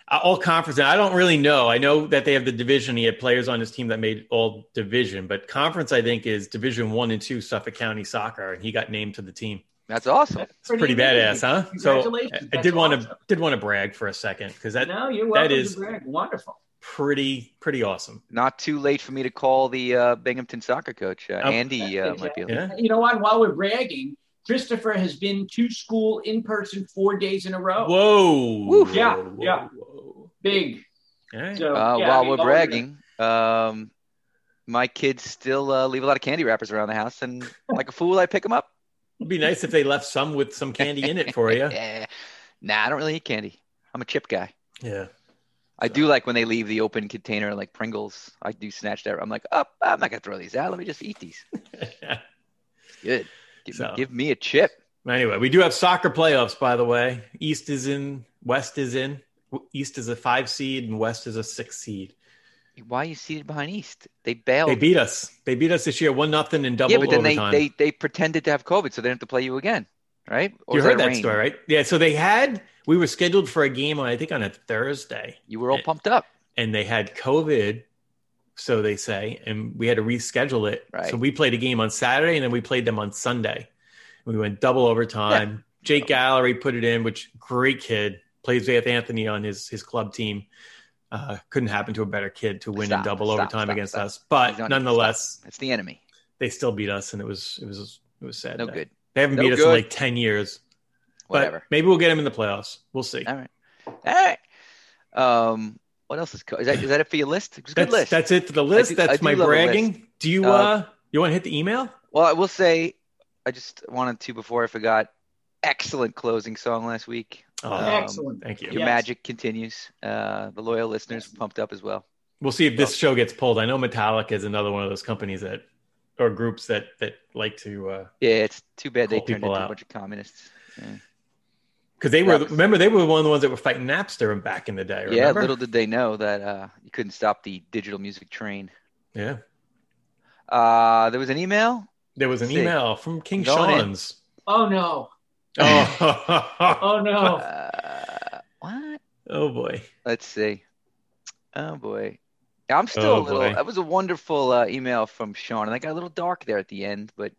Speaker 3: uh, all conference. And I don't really know. I know that they have the division. He had players on his team that made all division, but conference I think is Division One and Two Suffolk County soccer, and he got named to the team.
Speaker 4: That's awesome.
Speaker 5: That's
Speaker 3: It's pretty, badass,
Speaker 5: amazing.
Speaker 3: huh? So I-
Speaker 5: Congratulations.
Speaker 3: I,
Speaker 5: That's
Speaker 3: did want to
Speaker 5: awesome.
Speaker 3: did want to brag for a second because that
Speaker 5: No, you're welcome.
Speaker 3: is-
Speaker 5: to brag. wonderful.
Speaker 3: pretty pretty awesome.
Speaker 4: Not too late for me to call the uh, Binghamton soccer coach. Uh,
Speaker 3: Oh.
Speaker 4: Andy uh, might be.
Speaker 3: Yeah.
Speaker 5: You know what? While we're bragging, Christopher has been to school in person four days in a row.
Speaker 3: Whoa.
Speaker 4: Woo.
Speaker 5: Oh. Yeah,
Speaker 3: Whoa, whoa,
Speaker 5: yeah.
Speaker 3: whoa.
Speaker 5: Big.
Speaker 3: All right.
Speaker 5: So,
Speaker 4: Uh,
Speaker 5: yeah, I
Speaker 4: while
Speaker 5: mean,
Speaker 4: we're
Speaker 5: gonna-
Speaker 4: bragging, um, my kids still uh, leave a lot of candy wrappers around the house, and like a fool, I pick them up.
Speaker 3: It'd be nice if they left some with some candy in it for you.
Speaker 4: Eh, nah, I don't really eat candy. I'm a chip guy.
Speaker 3: Yeah.
Speaker 4: I do like when they leave the open container, like Pringles. I do snatch that. I'm like, oh, I'm not gonna throw these out. Let me just eat these. Good. Give,
Speaker 3: So-
Speaker 4: give me a chip.
Speaker 3: anyway, we do have soccer playoffs, by the way. East is in, West is in. East is a five seed and West is a six seed.
Speaker 4: Why are you seated behind East? They bailed.
Speaker 3: They beat us. They beat us this year, one nothing in double
Speaker 4: Oh. yeah, but then they,
Speaker 3: overtime.
Speaker 4: they they pretended to have COVID, so they didn't have to play you again, right?
Speaker 3: you
Speaker 4: Or was
Speaker 3: heard that
Speaker 4: rain?
Speaker 3: story, right? Yeah. So they had we were scheduled for a game on I think on a Thursday,
Speaker 4: You were all pumped up.
Speaker 3: and they had COVID, so they say, and we had to reschedule it.
Speaker 4: Right.
Speaker 3: So we played a game on Saturday, and then we played them on Sunday. We went double overtime. Jake Gallery put it in, which great kid plays with Anthony on his his club team. Uh, couldn't happen to a better kid to win in
Speaker 4: Stop,
Speaker 3: double
Speaker 4: stop,
Speaker 3: overtime
Speaker 4: stop,
Speaker 3: against
Speaker 4: stop.
Speaker 3: us,
Speaker 4: You don't need
Speaker 3: but
Speaker 4: to stop.
Speaker 3: nonetheless,
Speaker 4: It's the enemy.
Speaker 3: they still beat us, and it was it was it was sad.
Speaker 4: No
Speaker 3: day.
Speaker 4: good.
Speaker 3: They haven't
Speaker 4: No
Speaker 3: beat us in
Speaker 4: good.
Speaker 3: like ten years. But
Speaker 4: Whatever.
Speaker 3: maybe we'll get them in the playoffs. We'll see.
Speaker 4: All right. All right. Um, what else is co- is that? Is that it for your list? It's a good
Speaker 3: That's
Speaker 4: list.
Speaker 3: that's it for the list.
Speaker 4: do- I
Speaker 3: that's
Speaker 4: do
Speaker 3: my
Speaker 4: love a
Speaker 3: bragging. Do you
Speaker 4: Uh,
Speaker 3: uh, you want to hit the email?
Speaker 4: Well, I will say, I just wanted to before I forgot. Excellent closing song last week.
Speaker 3: Oh,
Speaker 4: Um,
Speaker 5: Excellent.
Speaker 3: thank you.
Speaker 4: Your
Speaker 5: Yes.
Speaker 4: magic continues. Uh, the loyal listeners
Speaker 5: Yes.
Speaker 4: were pumped up as well.
Speaker 3: We'll see if this show gets pulled. I know Metallica is another one of those companies that or groups that that like to uh,
Speaker 4: Yeah, it's too bad they
Speaker 3: Call
Speaker 4: turned
Speaker 3: people
Speaker 4: into
Speaker 3: out.
Speaker 4: a bunch of communists. Yeah,
Speaker 3: because they were
Speaker 4: Right.
Speaker 3: remember they were one of the ones that were fighting Napster back in the day.
Speaker 4: Yeah,
Speaker 3: Remember?
Speaker 4: little did they know that uh, you couldn't stop the digital music train.
Speaker 3: yeah.
Speaker 4: Uh, there was an email.
Speaker 3: There was an
Speaker 4: See.
Speaker 3: email from King
Speaker 4: Going in.
Speaker 3: Sean's.
Speaker 5: Oh no.
Speaker 3: Oh,
Speaker 5: Oh no.
Speaker 4: Uh, what?
Speaker 3: oh boy.
Speaker 4: Let's see. Oh boy. I'm still
Speaker 3: Oh,
Speaker 4: a little
Speaker 3: boy.
Speaker 4: that was a wonderful uh, email from Sean and I got a little dark there at the end, but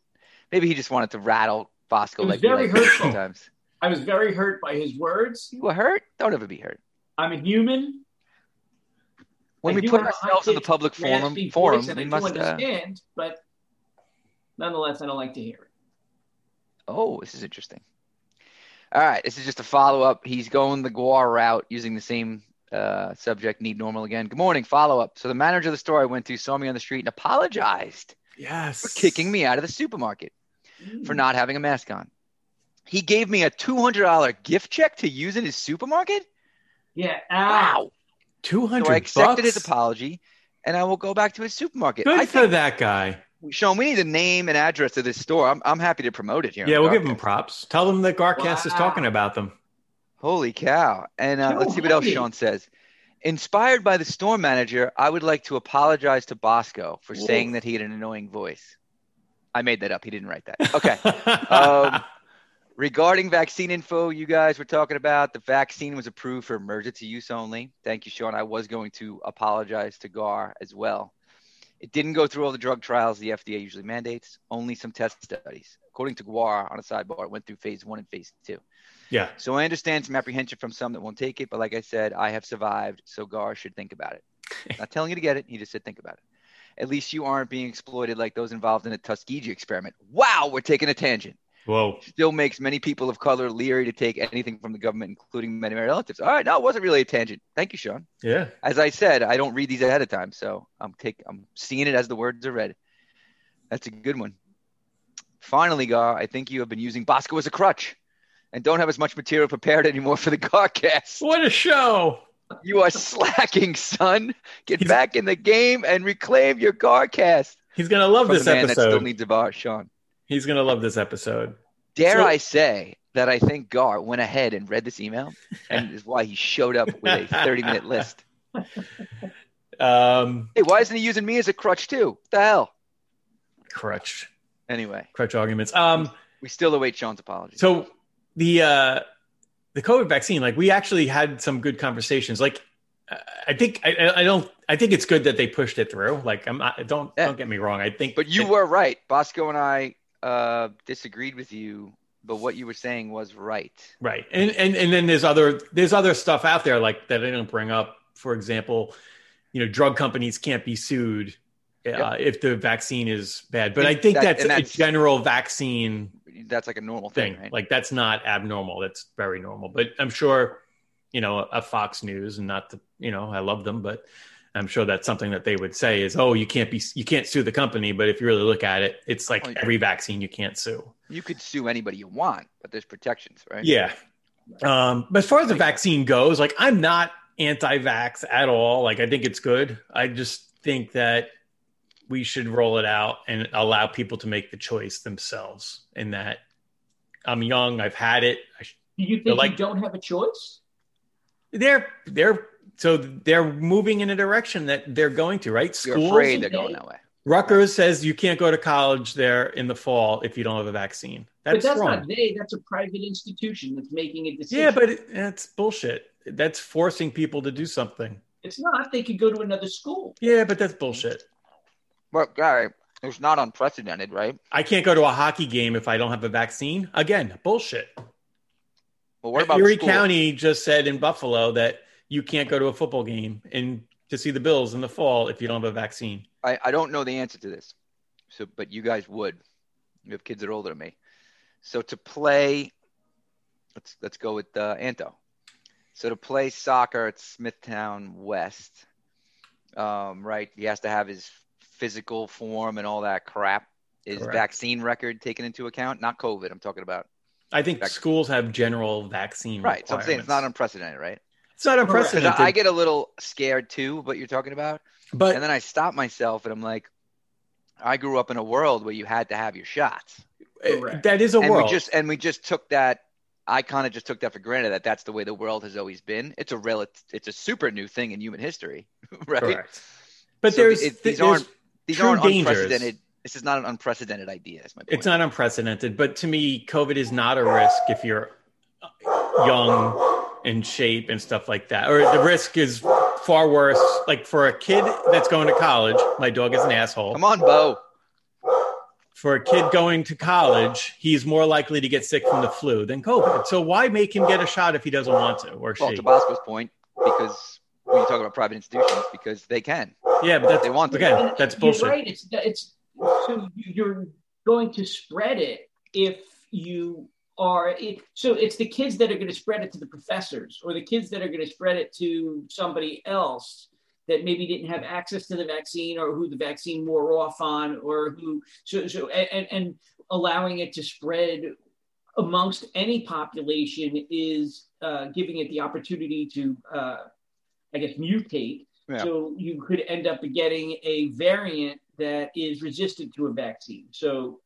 Speaker 4: maybe he just wanted to rattle Bosco
Speaker 5: It was
Speaker 4: like we
Speaker 5: very
Speaker 4: like to do
Speaker 5: hurtful.
Speaker 4: sometimes.
Speaker 5: I was very hurt by his words.
Speaker 4: You were hurt? Don't ever be hurt.
Speaker 5: I'm a human.
Speaker 4: When
Speaker 5: I
Speaker 4: we
Speaker 5: do
Speaker 4: put
Speaker 5: have a high
Speaker 4: ourselves in the
Speaker 5: pitched,
Speaker 4: public forum
Speaker 5: raspy
Speaker 4: forum,
Speaker 5: voice, and
Speaker 4: we
Speaker 5: I do
Speaker 4: must uh,
Speaker 5: understand, but nonetheless, I don't like to hear it.
Speaker 4: Oh, this is interesting. All right, this is just a follow up. He's going the Guar route using the same uh, subject, need normal again. Good morning, follow up. So the manager of the store I went to saw me on the street and apologized
Speaker 3: Yes.
Speaker 4: for kicking me out of the supermarket
Speaker 3: Hmm.
Speaker 4: for not having a mask on. He gave me a $200 gift check to use in his supermarket.
Speaker 5: Yeah. Ow.
Speaker 4: Wow.
Speaker 3: two
Speaker 4: So I
Speaker 3: hundred
Speaker 4: accepted
Speaker 3: bucks.
Speaker 4: his apology and I will go back to his supermarket.
Speaker 3: Good
Speaker 4: I
Speaker 3: for that guy.
Speaker 4: think, Sean, we need the name and address of this store. I'm, I'm happy to promote it here. on
Speaker 3: Yeah, we'll give
Speaker 4: Darkcast.
Speaker 3: him props. Tell them that Garcast is
Speaker 5: Wow.
Speaker 3: talking about them.
Speaker 4: Holy cow. And uh, let's see what else
Speaker 5: 200.
Speaker 4: Sean says. Inspired by the store manager, I would like to apologize to Bosco for
Speaker 5: Whoa.
Speaker 4: saying that he had an annoying voice. I made that up. He didn't write that. Okay. Um, Regarding vaccine info, you guys were talking about the vaccine was approved for emergency use only. Thank you, Sean. I was going to apologize to Gar as well. It didn't go through all the drug trials the FDA usually mandates, only some test studies. According to Guar on a sidebar, it went through phase one and phase two.
Speaker 3: yeah.
Speaker 4: So I understand some apprehension from some that won't take it, but like I said, I have survived, so Gar should think about it. Not telling you to get it, he just said think about it. At least you aren't being exploited like those involved in the Tuskegee experiment. Wow, we're taking a tangent.
Speaker 3: Whoa.
Speaker 4: Still makes many people of color leery to take anything from the government, including many of my relatives. All right, no, it wasn't really a tangent. Thank you, Sean.
Speaker 3: Yeah.
Speaker 4: As I said, I don't read these ahead of time, so I'm take I'm seeing it as the words are read. That's a good one. Finally, Gar, I think you have been using Bosco as a crutch, and don't have as much material prepared anymore for the Garcast.
Speaker 3: What a show.
Speaker 4: You are slacking, son. Get
Speaker 3: He's-
Speaker 4: back in the game and reclaim your Garcast
Speaker 3: He's gonna love
Speaker 4: from the
Speaker 3: this
Speaker 4: man that still
Speaker 3: episode.
Speaker 4: needs a bar, Sean.
Speaker 3: He's gonna love this episode.
Speaker 4: Dare
Speaker 3: So-
Speaker 4: I say that I think Gar went ahead and read this email, and is why he showed up with a 30-minute list.
Speaker 3: Um,
Speaker 4: Hey, why isn't he using me as a crutch too? What the hell?
Speaker 3: crutch,
Speaker 4: Anyway.
Speaker 3: crutch arguments. Um,
Speaker 4: We still await Sean's apology.
Speaker 3: so the uh, the COVID vaccine, like we actually had some good conversations. Like I- I think I- I, I don't. I think it's good that they pushed it through. Like I'm not. Don't
Speaker 4: Yeah.
Speaker 3: don't get me wrong. I think.
Speaker 4: but you
Speaker 3: it-
Speaker 4: were right. Bosco and I uh, disagreed with you, but what you were saying was right.
Speaker 3: right and, and and then there's other there's other stuff out there like that i don't bring up for example you know drug companies can't be sued uh,
Speaker 4: Yeah.
Speaker 3: if the vaccine is bad but
Speaker 4: And
Speaker 3: i think
Speaker 4: that-
Speaker 3: that's,
Speaker 4: and that's-
Speaker 3: a general vaccine
Speaker 4: That's like a normal
Speaker 3: thing
Speaker 4: thing, right?
Speaker 3: like that's not abnormal that's very normal but i'm sure you know a, fox news and not the you know i love them but i'm sure that's something that they would say is oh you can't be you can't sue the company but if you really look at it it's like
Speaker 4: Oh, yeah.
Speaker 3: every vaccine you can't sue
Speaker 4: you could sue anybody you want, but there's protections, right?
Speaker 3: yeah. Um, but as far as the vaccine goes, like I'm not anti-vax at all. Like I think it's good. I just think that we should roll it out and allow people to make the choice themselves. And that I'm young. I've had it. I sh-
Speaker 5: Do you
Speaker 3: They're
Speaker 5: think
Speaker 3: like-
Speaker 5: you don't have a choice?
Speaker 3: they're they're so they're moving in a direction that they're going to right.
Speaker 4: You're
Speaker 3: Schools,
Speaker 4: afraid they're going that way.
Speaker 3: Rutgers says you can't go to college there in the fall if you don't have a vaccine. That's,
Speaker 5: but that's
Speaker 3: wrong.
Speaker 5: not they. That's a private institution that's making a decision.
Speaker 3: yeah, but it, that's bullshit. That's forcing people to do something.
Speaker 5: it's not. They could go to another school.
Speaker 3: Yeah, but that's bullshit.
Speaker 4: Well, Gary, it's not unprecedented, right?
Speaker 3: I can't go to a hockey game if I don't have a vaccine. Again, bullshit.
Speaker 4: Well, what about
Speaker 3: Erie
Speaker 4: school?
Speaker 3: County just said in Buffalo that you can't go to a football game and to see the Bills in the fall if you don't have a vaccine.
Speaker 4: I, I don't know the answer to this. So, but you guys would. You have kids that are older than me. So to play, let's let's go with uh, Anto. So to play soccer at Smithtown West, um, right? He has to have his physical form and all that crap. Is
Speaker 3: Correct.
Speaker 4: vaccine record taken into account? Not COVID. I'm talking about.
Speaker 3: I think
Speaker 4: Vac-
Speaker 3: schools have general vaccine
Speaker 4: Right. So I'm saying it's not
Speaker 3: Mm. requirements.
Speaker 4: unprecedented, right?
Speaker 3: it's not
Speaker 4: Because
Speaker 3: unprecedented.
Speaker 4: I, I get a little scared too. What you're talking about.
Speaker 3: but
Speaker 4: and then I stop myself and I'm like, I grew up in a world where you had to have your shots,
Speaker 3: uh,
Speaker 5: Correct.
Speaker 3: that is a
Speaker 4: and
Speaker 3: world.
Speaker 4: we just and we just took that. I kind of just took that for granted that that's the way the world has always been. It's a relative, it's a super new thing in human history, right?
Speaker 3: Correct. But
Speaker 4: So
Speaker 3: there's, th-
Speaker 4: it- these aren't-
Speaker 3: there's-
Speaker 4: These
Speaker 3: True
Speaker 4: aren't
Speaker 3: dangers.
Speaker 4: unprecedented. This is not an unprecedented idea. Is my point.
Speaker 3: it's not unprecedented. But to me, COVID is not a risk if you're uh, young in shape and stuff like that. Or the risk is far worse. Like for a kid that's going to college, my dog is an asshole.
Speaker 4: Come on, Bo.
Speaker 3: for a kid going to college, he's more likely to get sick from the flu than COVID. So why make him get a shot if he doesn't want to or
Speaker 4: Well,
Speaker 3: she?
Speaker 4: to Bosco's point, because when you talk about private institutions, because they can.
Speaker 3: Yeah, but that's
Speaker 4: They want to.
Speaker 3: again, that's bullshit.
Speaker 5: You're right. It's it's so you're going to spread it if you are it, so it's the kids that are going to spread it to the professors or the kids that are going to spread it to somebody else that maybe didn't have access to the vaccine or who the vaccine wore off on or who so so and and allowing it to spread amongst any population is uh, giving it the opportunity to uh, i guess mutate
Speaker 4: Yeah.
Speaker 5: so you could end up getting a variant that is resistant to a vaccine. So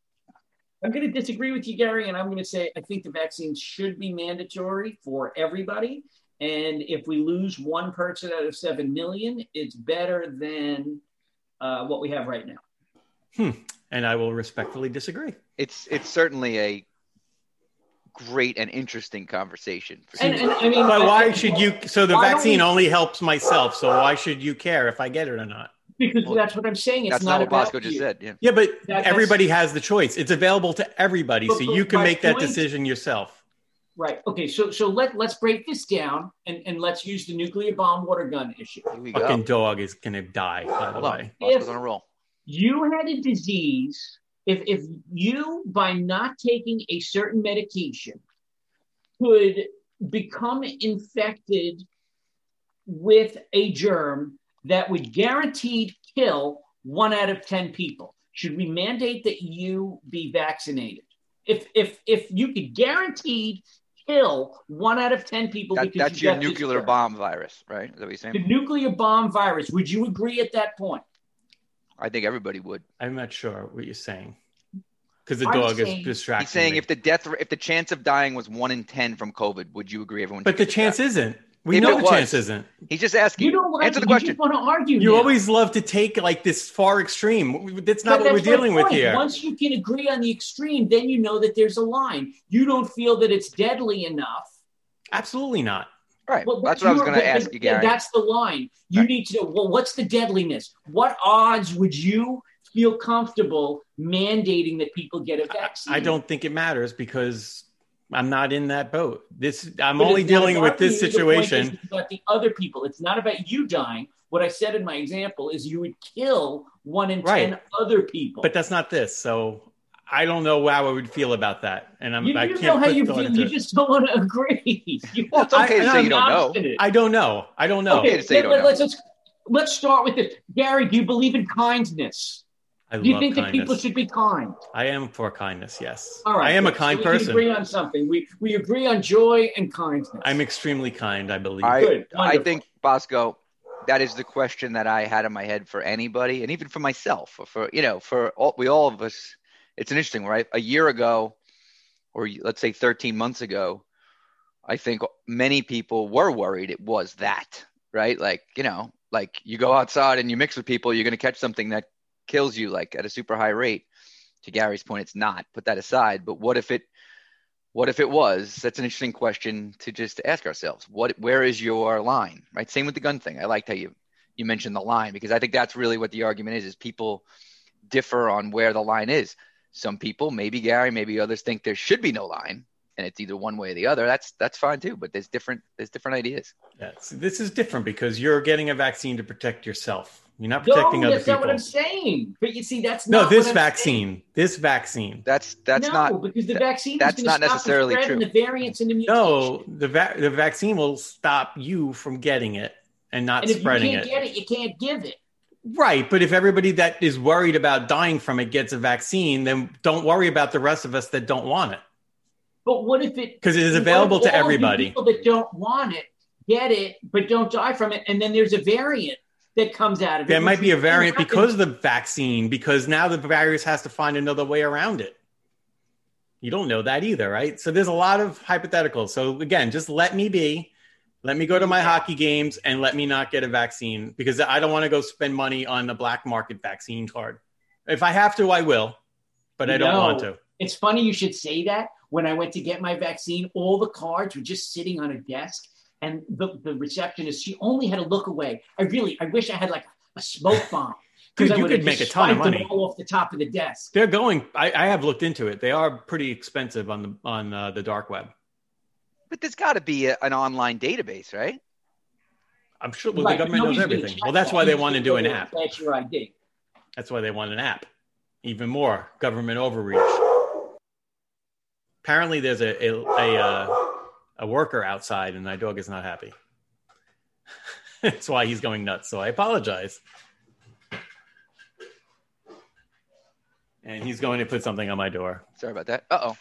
Speaker 5: I'm going to disagree with you, Gary, and I'm going to say I think the vaccine should be mandatory for everybody. And if we lose one person out of seven million, it's better than uh, what we have right now.
Speaker 3: And I will respectfully disagree.
Speaker 4: It's it's certainly a great and interesting conversation. For
Speaker 5: And, and I mean,
Speaker 3: But
Speaker 5: I-
Speaker 3: why
Speaker 5: I-
Speaker 3: should you? So the
Speaker 5: Why don't
Speaker 3: vaccine
Speaker 5: we-
Speaker 3: only helps myself. So why should you care if I get it or not?
Speaker 5: Because that's what I'm saying. It's
Speaker 4: that's
Speaker 5: not,
Speaker 4: not, what
Speaker 5: about
Speaker 4: Bosco just
Speaker 5: you.
Speaker 4: said. Yeah.
Speaker 3: Yeah, but
Speaker 5: That- that's-
Speaker 3: everybody has the choice. It's available to everybody, so
Speaker 5: But- but
Speaker 3: you can
Speaker 5: my
Speaker 3: make that
Speaker 5: point-
Speaker 3: decision yourself.
Speaker 5: Right. Okay. So so let let's break this down and and let's use the nuclear bomb water gun issue.
Speaker 4: Here we go.
Speaker 3: Fucking dog is gonna die. By the
Speaker 4: Hold on.
Speaker 3: way,
Speaker 4: Bosco's on a roll.
Speaker 5: you had a disease, if, if you, by not taking a certain medication, could become infected with a germ that would guaranteed kill one out of 10 people, should we mandate that you be vaccinated? If, if, if you could guaranteed kill one out of 10 people,
Speaker 4: That,
Speaker 5: because
Speaker 4: that's
Speaker 5: you
Speaker 4: your
Speaker 5: got this
Speaker 4: nuclear
Speaker 5: germ,
Speaker 4: bomb virus, right? Is that what you're
Speaker 5: The
Speaker 4: saying?
Speaker 5: nuclear bomb virus, would you agree at that point?
Speaker 4: I think everybody would.
Speaker 3: I'm not sure what you're saying because the
Speaker 5: I'm
Speaker 3: dog
Speaker 5: saying-
Speaker 3: is
Speaker 4: He's
Speaker 3: distracting.
Speaker 4: saying
Speaker 3: me.
Speaker 4: if the death, if the chance of dying was one in ten from COVID, would you agree? Everyone.
Speaker 3: but
Speaker 4: should
Speaker 3: the
Speaker 4: get
Speaker 3: chance
Speaker 4: shot?
Speaker 3: isn't. We
Speaker 4: If
Speaker 3: know
Speaker 4: it
Speaker 3: the
Speaker 4: was,
Speaker 3: chance isn't.
Speaker 4: He's just asking.
Speaker 5: You don't like
Speaker 4: Answer the
Speaker 5: it, You
Speaker 4: question.
Speaker 5: just want to argue.
Speaker 3: You
Speaker 5: now.
Speaker 3: always love to take like this far extreme. That's not what
Speaker 5: But
Speaker 3: we're
Speaker 5: that's my
Speaker 3: dealing with
Speaker 5: point.
Speaker 3: here.
Speaker 5: Once you can agree on the extreme, then you know that there's a line. You don't feel that it's deadly enough.
Speaker 3: Absolutely not.
Speaker 4: Right.
Speaker 5: Well,
Speaker 4: that's what I was
Speaker 5: you're-
Speaker 4: going to
Speaker 5: but-
Speaker 4: ask
Speaker 5: but
Speaker 4: you, Gary.
Speaker 5: That's the line. You
Speaker 4: Right.
Speaker 5: need to know well, what's the deadliness? What odds would you feel comfortable mandating that people get a vaccine?
Speaker 3: I don't think it matters because I'm not in that boat. This I'm
Speaker 5: But
Speaker 3: only
Speaker 5: it's not
Speaker 3: dealing with
Speaker 5: about
Speaker 3: this
Speaker 5: you. The point is
Speaker 3: situation.
Speaker 5: It's about the other people. It's not about you dying. What I said in my example is you would kill one in
Speaker 3: Right.
Speaker 5: ten other people.
Speaker 3: but that's not this. So I don't know how I would feel about that, and I'm
Speaker 5: you,
Speaker 3: I
Speaker 5: you
Speaker 3: can't
Speaker 5: know how
Speaker 3: put
Speaker 5: you
Speaker 3: thought
Speaker 5: feel.
Speaker 3: into
Speaker 5: You
Speaker 3: it.
Speaker 5: just don't want to agree. You
Speaker 4: well, it's okay
Speaker 3: I-
Speaker 4: to say
Speaker 3: I'm
Speaker 4: you don't know.
Speaker 5: obstinate.
Speaker 3: I don't know. I don't know.
Speaker 4: Okay. to say you
Speaker 5: let-
Speaker 4: don't know.
Speaker 5: let- let's, let's let's start with this. Gary, do you believe in kindness?
Speaker 3: I
Speaker 5: Do you
Speaker 3: love
Speaker 5: think that
Speaker 3: kindness.
Speaker 5: people should be kind?
Speaker 3: I am for kindness. Yes.
Speaker 5: All right,
Speaker 3: I am a
Speaker 5: so
Speaker 3: kind
Speaker 5: we can
Speaker 3: person.
Speaker 5: agree on something. We we agree on joy and kindness.
Speaker 3: I'm extremely kind. I believe.
Speaker 4: I,
Speaker 5: Good.
Speaker 4: I
Speaker 5: Wonderful.
Speaker 4: think Bosco, that is the question that I had in my head for anybody, and even for myself, or for you know, for all, we all of us. It's an interesting, one, right? A year ago, or let's say 13 months ago, I think many people were worried it was that, right? Like, you know, like you go outside and you mix with people, you're going to catch something that kills you like at a super high rate. To Gary's point, it's not. Put that aside. But what if it what if it was? That's an interesting question to just ask ourselves. What where is your line? Right? Same with the gun thing. I liked how you you mentioned the line because I think that's really what the argument is is people differ on where the line is. Some people, maybe Gary, maybe others think there should be no line and it's either one way or the other. That's that's fine too, but there's different there's different ideas.
Speaker 3: That's, this is different because you're getting a vaccine to protect yourself. You're not
Speaker 5: No,
Speaker 3: protecting other
Speaker 5: that's not what
Speaker 3: people.
Speaker 5: I'm saying. But you see, that's
Speaker 3: No,
Speaker 5: not
Speaker 3: this
Speaker 5: what I'm saying.
Speaker 3: vaccine. This vaccine.
Speaker 4: That's that's
Speaker 5: no,
Speaker 4: not
Speaker 5: because the
Speaker 4: that-
Speaker 5: vaccine
Speaker 4: that's
Speaker 5: is
Speaker 4: not
Speaker 5: going to stop
Speaker 4: necessarily
Speaker 5: the spread and
Speaker 4: true.
Speaker 5: the variants and the mutation.
Speaker 3: No, the va- the vaccine will stop you from getting it and not
Speaker 5: and if you can't
Speaker 3: spreading it.
Speaker 5: get it, you can't give it.
Speaker 3: Right, but if everybody that is worried about dying from it gets a vaccine, then don't worry about the rest of us that don't want it
Speaker 5: But what if it
Speaker 3: because it is
Speaker 5: What if
Speaker 3: available
Speaker 5: all
Speaker 3: to
Speaker 5: you
Speaker 3: everybody.
Speaker 5: People that don't want it get it, but don't die from it, and then there's a variant that comes out of it.
Speaker 3: There
Speaker 5: which
Speaker 3: might be a
Speaker 5: is
Speaker 3: variant
Speaker 5: happening.
Speaker 3: because of the vaccine because now the virus has to find another way around it. You don't know that either, right? So there's a lot of hypotheticals. So again, just let me be. Let me go to my hockey games and let me not get a vaccine because I don't want to go spend money on the black market vaccine card. If I have to, I will, but I don't
Speaker 5: No.
Speaker 3: want to.
Speaker 5: It's funny you should say that. When I went to get my vaccine, all the cards were just sitting on a desk, and the, the receptionist she only had to look away. I really, I wish I had like a smoke bomb. 'cause
Speaker 3: Dude,
Speaker 5: I
Speaker 3: you
Speaker 5: would have
Speaker 3: could make
Speaker 5: just
Speaker 3: a ton of
Speaker 5: swiped them
Speaker 3: money.
Speaker 5: all off the top of the desk.
Speaker 3: They're going. I, I have looked into it. They are pretty expensive on the on uh, the dark web.
Speaker 4: but there's got to be a, an online database, right?
Speaker 3: I'm sure well,
Speaker 5: Right,
Speaker 3: the government knows
Speaker 5: nobody's gonna
Speaker 3: everything.
Speaker 5: check
Speaker 3: Well, that's why
Speaker 5: that.
Speaker 3: they want to do an
Speaker 5: Nobody's
Speaker 3: app.
Speaker 5: gonna That's your ID.
Speaker 3: That's why they want an app. Even more government overreach. Apparently, there's a a a, uh, a worker outside, and my dog is not happy. That's why he's going nuts. So I apologize. And he's going to put something on my door.
Speaker 4: Sorry about that. Uh oh.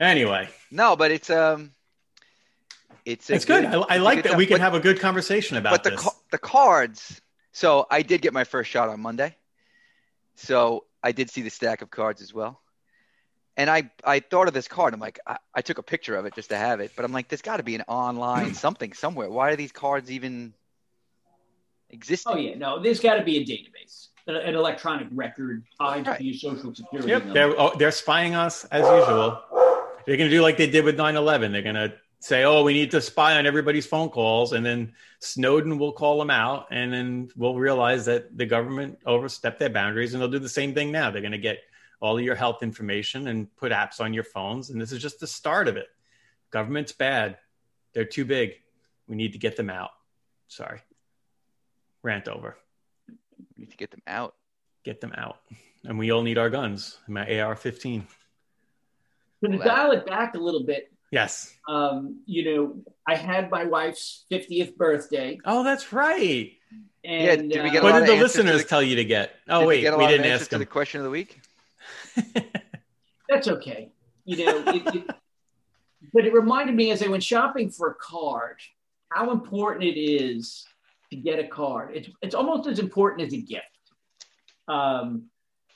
Speaker 3: Anyway,
Speaker 4: No, but it's um, it's a
Speaker 3: it's good. I,
Speaker 4: it's
Speaker 3: I
Speaker 4: a
Speaker 3: like
Speaker 4: good
Speaker 3: that
Speaker 4: time.
Speaker 3: we can
Speaker 4: But-
Speaker 3: have a good conversation about
Speaker 4: but the
Speaker 3: this.
Speaker 4: ca- the cards. So I did get my first shot on Monday. So I did see the stack of cards as well. And I, I thought of this card. I'm like, I, I took a picture of it just to have it, but I'm like, there's got to be an online something somewhere. Why are these cards even existing?
Speaker 5: Oh yeah, no, there's got to be a database, an, an electronic record tied
Speaker 4: Right.
Speaker 5: to your social security.
Speaker 3: Yep,
Speaker 5: number.
Speaker 3: they're oh, they're spying us as usual. They're going to do like they did with 9/11. They're going to say, "Oh, we need to spy on everybody's phone calls," and then Snowden will call them out, and then we'll realize that the government overstepped their boundaries, and they'll do the same thing now. They're going to get all of your health information and put apps on your phones, and this is just the start of it. Government's bad; they're too big. We need to get them out. Sorry, rant over.
Speaker 4: We need to get them out.
Speaker 3: Get them out, and we all need our guns. My AR-15.
Speaker 5: So to
Speaker 4: Wow.
Speaker 5: dial it back a little bit,
Speaker 3: Yes.
Speaker 5: um, you know, I had my wife's 50th birthday,
Speaker 3: Oh, that's right.
Speaker 5: and
Speaker 4: did we
Speaker 5: uh,
Speaker 4: get a
Speaker 3: What
Speaker 4: lot
Speaker 3: did
Speaker 4: of
Speaker 3: the
Speaker 4: answers to
Speaker 3: listeners
Speaker 4: the-
Speaker 3: tell you to get? Oh,
Speaker 4: Did
Speaker 3: wait,
Speaker 4: you get a
Speaker 3: we
Speaker 4: lot of
Speaker 3: didn't
Speaker 4: answers
Speaker 3: ask
Speaker 4: to
Speaker 3: them.
Speaker 4: the question of the week.
Speaker 5: that's okay. You know, it, it, but it reminded me as I went shopping for a card how important it is to get a card. It's it's almost as important as a gift. Um,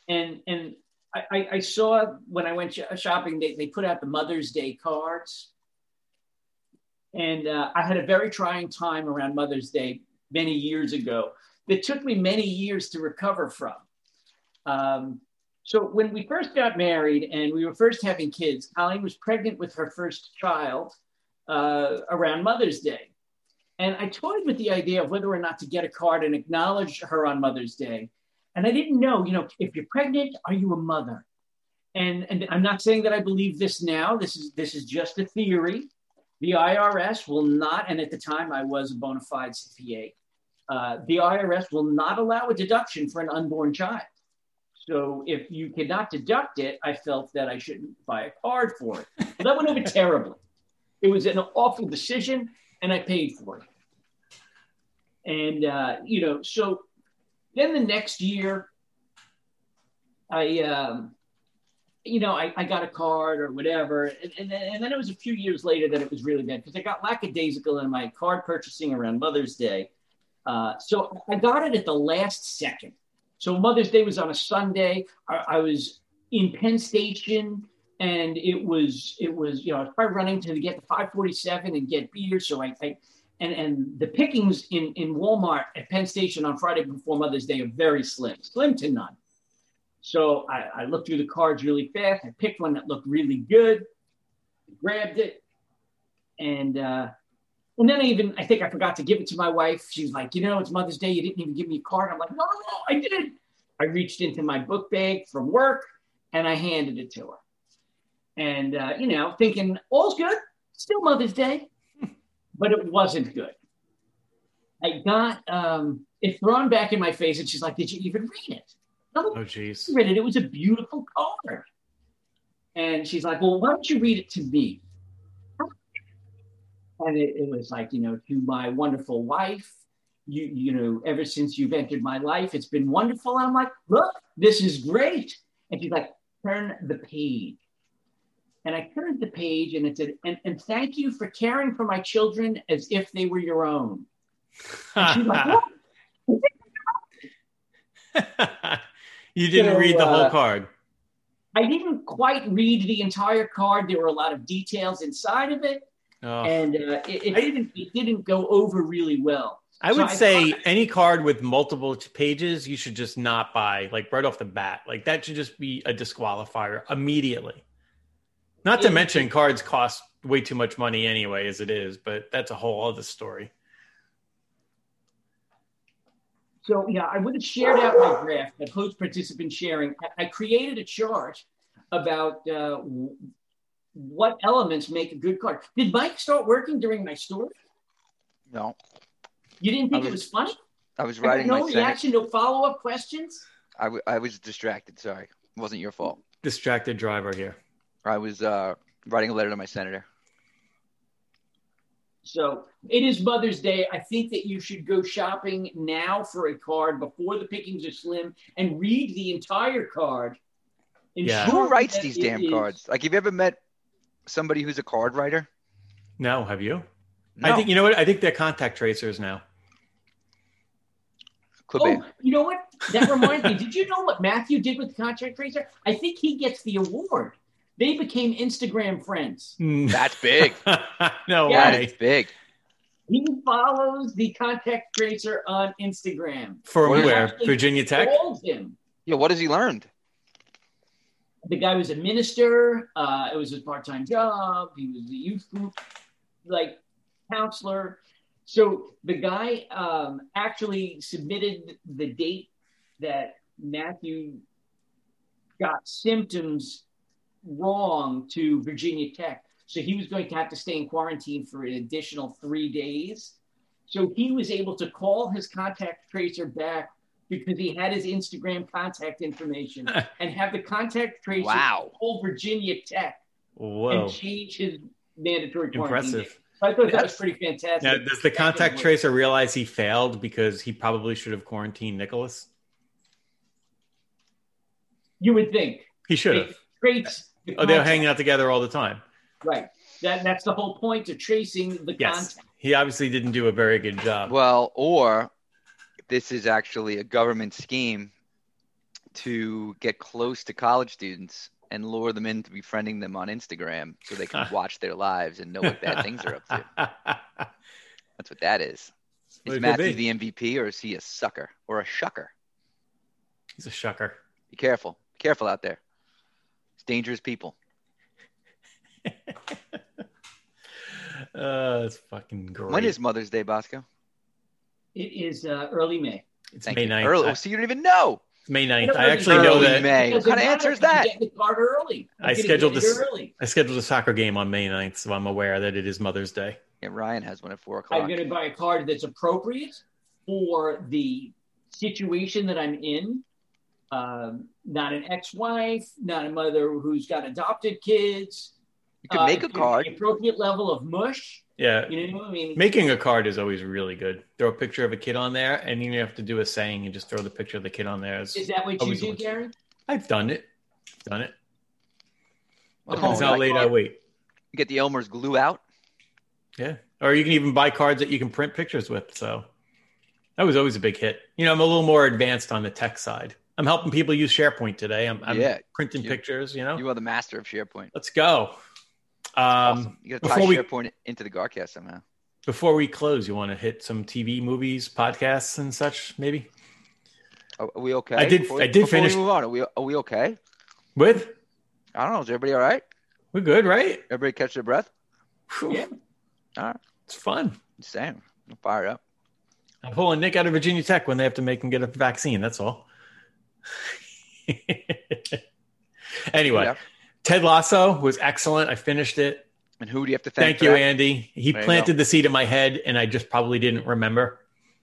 Speaker 5: and and I, I, I saw when I went sh- shopping, they, they put out the Mother's Day cards. And uh, I had a very trying time around Mother's Day many years ago that took me many years to recover from. Um, so when we first got married and we were first having kids, Colleen was pregnant with her first child uh, around Mother's Day. And I toyed with the idea of whether or not to get a card and acknowledge her on Mother's Day. And I didn't know, you know, if you're pregnant, are you a mother? And, and I'm not saying that I believe this now. This is this is just a theory. The IRS will not, and at the time I was a bona fide CPA, uh, the IRS will not allow a deduction for an unborn child. So if you cannot deduct it, I felt that I shouldn't buy a card for it. Well, that went over terribly. It was an awful decision, and I paid for it. And uh, you know, so then the next year, I, um, you know, I, I got a card or whatever, and, and, then, and then it was a few years later that it was really bad because I got lackadaisical in my card purchasing around Mother's Day. Uh, so I got it at the last second. So Mother's Day was on a Sunday. I, I was in Penn Station, and it was it was you know I was probably running to get the 547 and get beer. So I I, and and the pickings in in Walmart at Penn Station on Friday before Mother's Day are very slim, slim to none. So I, I looked through the cards really fast. I picked one that looked really good, grabbed it, and uh, and then I even I think I forgot to give it to my wife. She's like, you know, it's Mother's Day. You didn't even give me a card. I'm like, no, no, no, I did. I reached into my book bag from work and I handed it to her. And uh, you know, thinking all's good, still Mother's Day, but it wasn't good. I got um, it thrown back in my face, and she's like, "Did you even read it?" I'm like,
Speaker 3: Oh, jeez.
Speaker 5: read it. It was a beautiful card. And she's like, Well, why don't you read it to me? And it, it was like, you know, to my wonderful wife, you, you know, ever since you've entered my life, it's been wonderful. And I'm like, Look, this is great. And she's like, Turn the page. And I turned the page and it said, and, and thank you for caring for my children as if they were your own. And she's like, What?
Speaker 3: you didn't
Speaker 5: So,
Speaker 3: read the whole
Speaker 5: uh,
Speaker 3: card.
Speaker 5: I didn't quite read the entire card. There were a lot of details inside of it,
Speaker 3: Oh.
Speaker 5: and uh, it, it didn't it didn't go over really well.
Speaker 3: I
Speaker 5: so
Speaker 3: would
Speaker 5: I
Speaker 3: say
Speaker 5: thought-
Speaker 3: any card with multiple t- pages, you should just not buy, like right off the bat. Like that should just be a disqualifier immediately. Not to
Speaker 5: Yeah.
Speaker 3: mention, cards cost way too much money anyway, as it is, but that's a whole other story.
Speaker 5: So yeah, I would have shared out my graph that host participant sharing. I- I created a chart about uh, w- what elements make a good card. Did Mike start working during my story?
Speaker 4: No,
Speaker 5: You didn't think
Speaker 4: I
Speaker 5: it
Speaker 4: was
Speaker 5: was funny?
Speaker 4: I was
Speaker 5: I got
Speaker 4: writing my
Speaker 5: no
Speaker 4: sentence.
Speaker 5: reaction, no follow up questions.
Speaker 4: I, w- I was distracted. Sorry, it wasn't your fault.
Speaker 3: Distracted driver here.
Speaker 4: I was uh, writing a letter to my senator.
Speaker 5: So it is Mother's Day. I think that you should go shopping now for a card before the pickings are slim and read the entire card.
Speaker 3: Yeah.
Speaker 5: Ensure
Speaker 4: Who writes
Speaker 5: that
Speaker 4: these
Speaker 5: it
Speaker 4: damn
Speaker 5: is-
Speaker 4: cards? Like, have you ever met somebody who's a card writer?
Speaker 3: No, have you? I
Speaker 4: No.
Speaker 3: think you know what. I think they're contact tracers now.
Speaker 4: Could be.
Speaker 5: Oh, you know what? That reminds me. Did you know what Matthew did with Contract Tracer? I think he gets the award. They became Instagram friends.
Speaker 3: no
Speaker 4: That's big. That is
Speaker 3: way.
Speaker 4: big.
Speaker 5: He follows the Contact Tracer on Instagram.
Speaker 3: From
Speaker 4: What is
Speaker 3: where?
Speaker 5: actually-
Speaker 3: Virginia Tech.
Speaker 5: Calls him.
Speaker 4: Yeah, what has he learned?
Speaker 5: the guy was a minister. Uh, it was his part-time job. He was a youth group like counselor. So the guy um, actually submitted the date that Matthew got symptoms wrong to Virginia Tech. So he was going to have to stay in quarantine for an additional three days. So he was able to call his contact tracer back because he had his Instagram contact information and have the contact tracer
Speaker 4: Wow.
Speaker 5: call Virginia Tech
Speaker 3: Whoa,
Speaker 5: and change his mandatory quarantine. date.
Speaker 3: impressive.
Speaker 5: So I thought that was pretty fantastic.
Speaker 3: Now, does the contact tracer realize he failed because he probably should have quarantined Nicholas?
Speaker 5: You would think.
Speaker 3: He should have.
Speaker 5: It Trace the
Speaker 3: Oh, they were
Speaker 5: contact.
Speaker 3: hanging out together all the time.
Speaker 5: Right. That that's the whole point of tracing the
Speaker 3: Yes.
Speaker 5: contact.
Speaker 3: He obviously didn't do a very good job.
Speaker 4: Well, or this is actually a government scheme to get close to college students and lure them into befriending them on Instagram so they can watch their lives and know what bad things are up to. That's what that is.
Speaker 3: Well, it
Speaker 4: Is
Speaker 3: could be.
Speaker 4: Matthew the MVP or is he a sucker or a shucker?
Speaker 3: He's a shucker.
Speaker 4: Be careful. Be careful out there. It's dangerous people.
Speaker 3: Uh, it's fucking great.
Speaker 4: When is Mother's Day, Bosco?
Speaker 5: It is uh, early May.
Speaker 3: it's
Speaker 4: Thank
Speaker 3: May
Speaker 4: you.
Speaker 3: 9th.
Speaker 4: Early.
Speaker 3: I-
Speaker 4: Oh, so you don't even know.
Speaker 3: it's May 9th. I
Speaker 5: Early
Speaker 3: actually know
Speaker 4: May.
Speaker 3: that
Speaker 4: Hey,
Speaker 5: Because
Speaker 4: what kind
Speaker 5: it
Speaker 4: of answer is
Speaker 5: matters if
Speaker 4: that?
Speaker 5: you Get the card early.
Speaker 3: I
Speaker 5: You get to
Speaker 3: scheduled
Speaker 5: get it
Speaker 3: this-
Speaker 5: early.
Speaker 3: I scheduled a soccer game on May 9th, so I'm aware that it is Mother's Day.
Speaker 4: Yeah, Ryan has one at four
Speaker 5: I'm
Speaker 4: o'clock.
Speaker 5: going to buy a card that's appropriate for the situation that I'm in. Um, not an ex-wife, not a mother who's got adopted kids.
Speaker 4: You could
Speaker 5: Uh,
Speaker 4: make a
Speaker 5: it's gonna be the
Speaker 4: card.
Speaker 5: Appropriate level of mush.
Speaker 3: Yeah.
Speaker 5: You know what I mean?
Speaker 3: Making a card is always really good. Throw a picture of a kid on there, and you don't have to do a saying and just throw the picture of the kid on there. It's-
Speaker 5: Is that what you
Speaker 3: Always
Speaker 5: do,
Speaker 3: mush.
Speaker 5: Gary?
Speaker 3: I've done it. Done it.
Speaker 4: Well,
Speaker 3: Depends
Speaker 4: no,
Speaker 3: how
Speaker 4: Oh, like,
Speaker 3: late I wait.
Speaker 4: you get the Elmer's glue out.
Speaker 3: Yeah. Or you can even buy cards that you can print pictures with. So that was always a big hit. You know, I'm a little more advanced on the tech side. I'm helping people use SharePoint today. I'm, I'm
Speaker 4: Yeah.
Speaker 3: printing
Speaker 4: You-
Speaker 3: pictures, you know?
Speaker 4: You are the master of Sharepoint.
Speaker 3: Let's go. Um,
Speaker 4: awesome. You got to tie
Speaker 3: before we-
Speaker 4: SharePoint into the Garcast somehow.
Speaker 3: Before we close, you want to hit some TV, movies, podcasts, and such, maybe?
Speaker 4: Are are we okay?
Speaker 3: I did-
Speaker 4: Before we-
Speaker 3: I did
Speaker 4: before we
Speaker 3: finish-
Speaker 4: move on, are we, are we okay?
Speaker 3: With?
Speaker 4: I don't know. Is everybody all right?
Speaker 3: We're good, right?
Speaker 4: Everybody catch their breath?
Speaker 3: Phew.
Speaker 5: Yeah.
Speaker 4: All right.
Speaker 3: It's fun.
Speaker 4: Same. I'm fired up.
Speaker 3: I'm pulling Nick out of Virginia Tech when they have to make him get a vaccine. That's all. anyway,
Speaker 4: Yeah.
Speaker 3: Ted Lasso was excellent. I finished it.
Speaker 4: And who do you have to thank?
Speaker 3: Thank,
Speaker 4: for
Speaker 3: you,
Speaker 4: that?
Speaker 3: Andy. He
Speaker 4: There you
Speaker 3: planted the seed in my head, and I just probably didn't remember.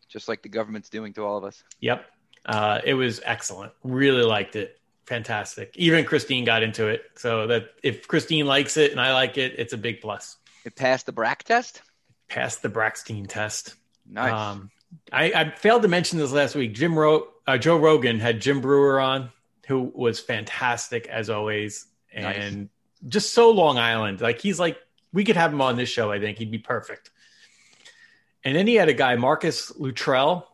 Speaker 4: Just like the government's doing to all of us.
Speaker 3: Yep. Uh, it was excellent. Really liked it. Fantastic. Even Christine got into it. So that if Christine likes it and I like it, it's a big plus.
Speaker 4: It passed the BRAC test.
Speaker 3: Passed the Braxton test.
Speaker 4: Nice.
Speaker 3: Um, I, I failed to mention this last week. Jim Ro- uh, Joe Rogan had Jim Brewer on, who was fantastic as always,
Speaker 4: Nice.
Speaker 3: and just so Long Island. Like he's like we could have him on this show. I think he'd be perfect. And then he had a guy, Marcus Luttrell,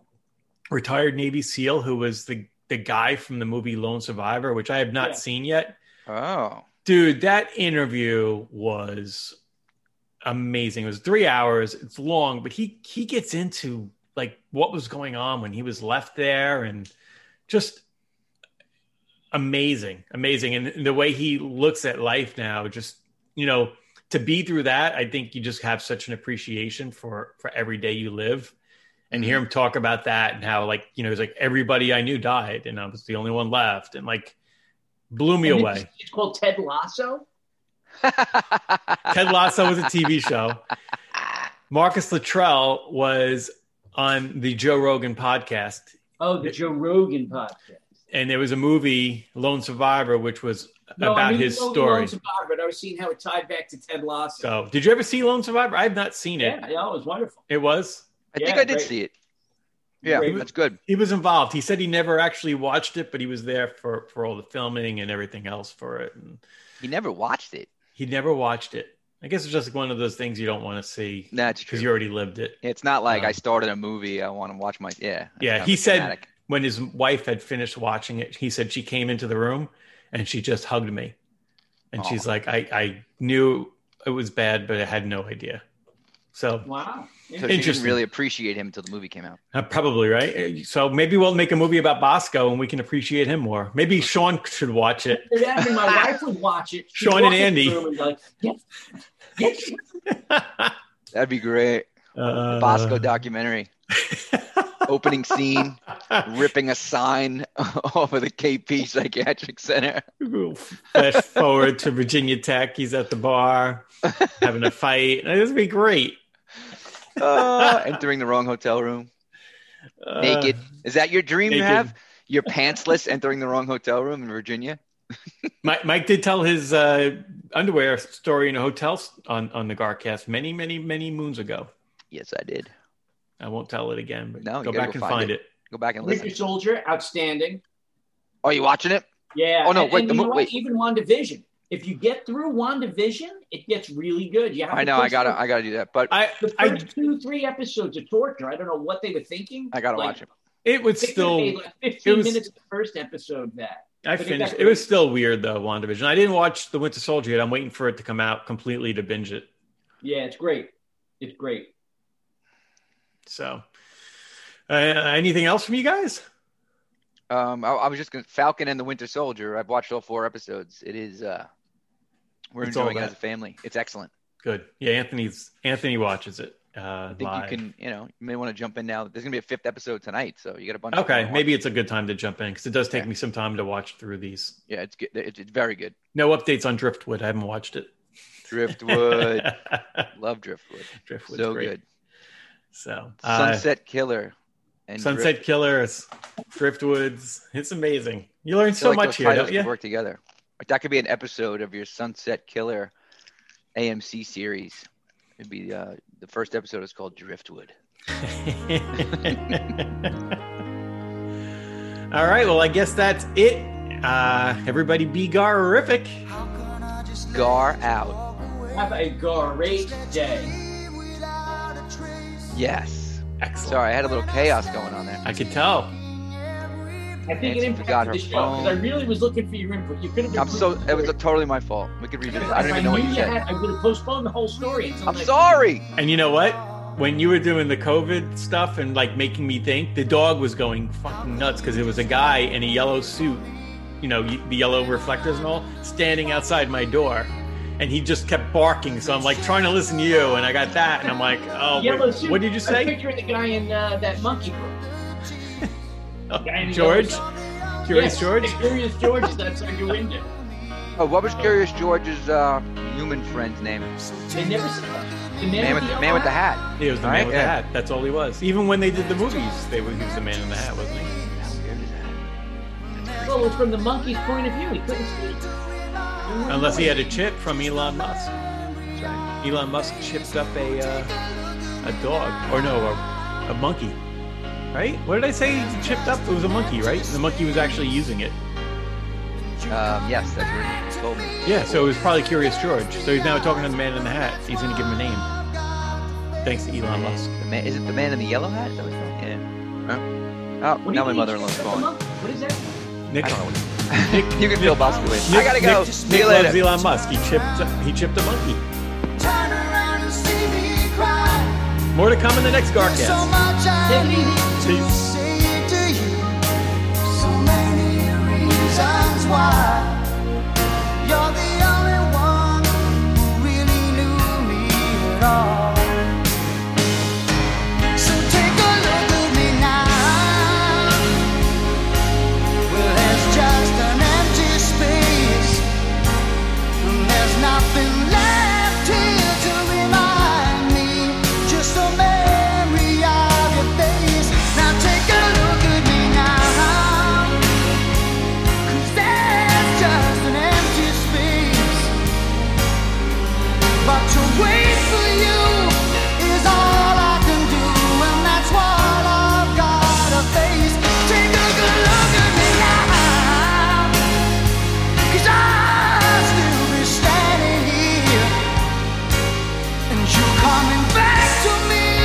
Speaker 3: retired Navy SEAL, who was the the guy from the movie Lone Survivor, which I have not
Speaker 5: Yeah.
Speaker 3: seen yet.
Speaker 4: oh,
Speaker 3: Dude, that interview was amazing. It was three hours. It's long, but he he gets into like what was going on when he was left there, and just amazing, amazing. And the way he looks at life now, just you know, to be through that, I think you just have such an appreciation for for every day you live. And hear him talk about that and how like you know he's like everybody I knew died and I was the only one left and like blew me
Speaker 5: And
Speaker 3: away.
Speaker 5: It's, it's called Ted Lasso.
Speaker 3: Ted Lasso was a TV show. Marcus Luttrell was on the Joe Rogan podcast,
Speaker 5: Oh, the Joe Rogan podcast.
Speaker 3: and there was a movie, Lone Survivor, which was about
Speaker 5: knew
Speaker 3: his
Speaker 5: Lone-
Speaker 3: story.
Speaker 5: Lone Survivor, but I was seeing how it tied back to Ted Lasso.
Speaker 3: So, did you ever see Lone Survivor? I have not seen it.
Speaker 5: yeah, yeah, it was wonderful.
Speaker 3: It was.
Speaker 4: I think
Speaker 5: Yeah,
Speaker 4: I did
Speaker 5: great.
Speaker 4: see it. Yeah,
Speaker 5: Great.
Speaker 4: that's good.
Speaker 3: He was involved. He said he never actually watched it, but he was there for for all the filming and everything else for it. And
Speaker 4: He never watched it.
Speaker 3: he never watched it. I guess it's just like one of those things you don't want to see
Speaker 4: That's
Speaker 3: because
Speaker 4: true.
Speaker 3: you already lived it.
Speaker 4: It's not like
Speaker 3: No.
Speaker 4: I started a movie. I want to watch my. Yeah. that's
Speaker 3: Yeah,
Speaker 4: kind of
Speaker 3: he
Speaker 4: a
Speaker 3: said-
Speaker 4: fanatic.
Speaker 3: when his wife had finished watching it, he said she came into the room and she just hugged me. And
Speaker 4: Aw.
Speaker 3: she's like, I, I knew it was bad, but I had no idea. So
Speaker 5: Wow.
Speaker 4: So she didn't
Speaker 3: Interesting.
Speaker 4: really appreciate him until the movie came out.
Speaker 3: uh, probably right. So maybe we'll make a movie about Bosco and we can appreciate him more. Maybe Sean should watch it.
Speaker 5: It happened, my wife would watch it. She'd
Speaker 3: Sean and
Speaker 5: walk in the
Speaker 3: Andy.
Speaker 5: room and be like, "Yes, yes."
Speaker 4: That'd be great.
Speaker 3: Uh,
Speaker 4: Bosco documentary. Opening scene, ripping a sign off of the KP Psychiatric Center.
Speaker 3: Flash forward to Virginia Tech. He's at the bar having a fight. This would be great.
Speaker 4: Uh, entering the wrong hotel room.
Speaker 3: Uh,
Speaker 4: Naked. Is that your dream
Speaker 3: naked.
Speaker 4: to have? You're pantsless entering the wrong hotel room in Virginia?
Speaker 3: Mike, Mike did tell his uh, underwear story in a hotel s- on, on the Garcast many, many, many moons ago.
Speaker 4: Yes, I did.
Speaker 3: I won't tell it again, but
Speaker 4: No, you
Speaker 3: go
Speaker 4: gotta
Speaker 3: back
Speaker 4: go
Speaker 3: and
Speaker 4: find
Speaker 3: find it.
Speaker 4: Go back and
Speaker 5: Winter
Speaker 4: listen.
Speaker 5: Soldier, outstanding.
Speaker 4: Are you watching it?
Speaker 5: Yeah.
Speaker 4: Oh, no,
Speaker 5: and,
Speaker 4: wait,
Speaker 5: and
Speaker 4: the
Speaker 5: you
Speaker 4: mo-
Speaker 5: know what?
Speaker 4: wait.
Speaker 5: Even WandaVision. If you get through WandaVision, it gets really good. You have
Speaker 4: I
Speaker 5: to
Speaker 4: know I
Speaker 5: push
Speaker 4: gotta
Speaker 5: through.
Speaker 4: I gotta do that. But
Speaker 3: I,
Speaker 5: The
Speaker 3: I,
Speaker 5: first two, three episodes of torture. I don't know what they were thinking.
Speaker 4: I gotta
Speaker 5: Like,
Speaker 4: watch it.
Speaker 3: it was
Speaker 5: they could've made
Speaker 3: still,
Speaker 5: like 15
Speaker 3: it was-
Speaker 5: minutes of the first episode. of That
Speaker 3: I
Speaker 5: but it
Speaker 3: finished.
Speaker 5: got-
Speaker 3: It was still weird though. WandaVision. I didn't watch The Winter Soldier yet. I'm waiting for it to come out completely to binge it.
Speaker 5: yeah, it's great. It's great.
Speaker 3: So, uh, anything else from you guys?
Speaker 4: Um, I, I was just gonna Falcon and the Winter Soldier. I've watched all four episodes. It is uh, we're
Speaker 3: It's all
Speaker 4: enjoying it
Speaker 3: that.
Speaker 4: as a family. It's excellent.
Speaker 3: Good. Yeah, Anthony's Anthony watches it. Uh,
Speaker 4: I think
Speaker 3: live.
Speaker 4: you can, you know, you may want to jump in now. There's gonna be a fifth episode tonight, so you got a bunch. of
Speaker 3: Okay,
Speaker 4: them to watch.
Speaker 3: maybe it's a good time to jump in because it does take
Speaker 4: Okay.
Speaker 3: me some time to watch through these.
Speaker 4: Yeah, it's good. It's, it's very good.
Speaker 3: No updates on Driftwood. I haven't watched it.
Speaker 4: Driftwood, love Driftwood.
Speaker 3: Driftwood's
Speaker 4: so
Speaker 3: great.
Speaker 4: good.
Speaker 3: So uh,
Speaker 4: Sunset Killer. And
Speaker 3: Sunset Killers, Driftwoods. It's amazing. You learn
Speaker 4: Drift- I feel
Speaker 3: so
Speaker 4: like
Speaker 3: much
Speaker 4: those
Speaker 3: here,
Speaker 4: titles
Speaker 3: don't
Speaker 4: could
Speaker 3: you?
Speaker 4: Work together. Like, that could be an episode of your Sunset Killer AMC series. It'd be uh, the first episode is called Driftwood.
Speaker 3: All right. Well, I guess that's it. Uh, everybody be garific.
Speaker 4: Gar out.
Speaker 5: Have a great day.
Speaker 4: Yes.
Speaker 3: Excellent.
Speaker 4: Sorry, I had a little chaos going on there.
Speaker 3: I could tell.
Speaker 5: I think it
Speaker 4: Nancy forgot
Speaker 5: impacted
Speaker 4: her
Speaker 5: the show because I
Speaker 4: phone.
Speaker 5: really was looking for your input. You could have.
Speaker 4: I'm so it was totally my fault. We could revisit. it. I don't even know what you said.
Speaker 5: I would have postponed the whole story until
Speaker 4: I'm
Speaker 5: next
Speaker 4: sorry.
Speaker 3: And you know what? when you were doing the COVID stuff and like making me think, the dog was going fucking nuts because it was a guy in a yellow suit, you know, y- the yellow reflectors and all, standing outside my door. And he just kept barking. So I'm like trying to listen to you. And I got that. And I'm like, oh,
Speaker 5: Yellow
Speaker 3: wait,
Speaker 5: suit.
Speaker 3: what did you
Speaker 5: I'm
Speaker 3: say?
Speaker 5: picturing the guy in uh, that monkey book.
Speaker 3: Oh,
Speaker 5: guy in the yellow
Speaker 3: George?
Speaker 5: suit.
Speaker 3: Curious
Speaker 5: Yes,
Speaker 3: George?
Speaker 5: Curious George is outside your window.
Speaker 4: Oh, what was Curious George's uh, human friend's name?
Speaker 5: They never said that. The man,
Speaker 4: Man with,
Speaker 5: the
Speaker 4: man with the hat.
Speaker 3: He was the
Speaker 4: Right?
Speaker 3: man with the
Speaker 4: Yeah.
Speaker 3: hat. That's all he was. Even when they did the movies, they were, he was the man in the hat, wasn't he?
Speaker 5: Well, it was from the monkey's point of view. He couldn't see.
Speaker 3: Unless he had a chip from Elon Musk. Elon Musk chipped up a uh, a dog, or no, a, a monkey, right? What did I say? He chipped up. It was a monkey, right? The monkey was actually using it.
Speaker 4: Um, yes, that's what he told me.
Speaker 3: Yeah. So it was probably Curious George. So he's now talking to the man in the hat. He's gonna give him a name. Thanks to Elon Musk.
Speaker 4: The man, is it the man in the yellow hat? Is that what it's called? Yeah. Oh,
Speaker 5: What do
Speaker 4: now
Speaker 5: you
Speaker 4: my
Speaker 5: mean?
Speaker 4: mother-in-law's calling.
Speaker 5: What is that?
Speaker 3: Nick.
Speaker 4: I don't know what
Speaker 3: Nick,
Speaker 4: You can
Speaker 3: Nick-
Speaker 4: feel Buster with. I
Speaker 3: Nick-
Speaker 4: gotta go.
Speaker 3: Nick,
Speaker 4: See
Speaker 3: Nick
Speaker 4: you
Speaker 3: loves
Speaker 4: later.
Speaker 3: Elon Musk. He chipped. He chipped a monkey.
Speaker 6: Turn around and see me cry.
Speaker 3: More to come in the next Garcast.
Speaker 6: So much I
Speaker 5: Take it easy.
Speaker 6: need to
Speaker 3: Peace.
Speaker 6: say to you. So many reasons why. You're the only one who really knew me at all. So take a look at me now. Well, there's just an empty space. And there's nothing left here to remind me. Just a memory of your face. Now take a look at me now. Cause there's just an empty space. But to wait for you is all I can do, and that's all I've gotta face. Take a good look at me now. Cause I'll still be standing here, and you're coming back to me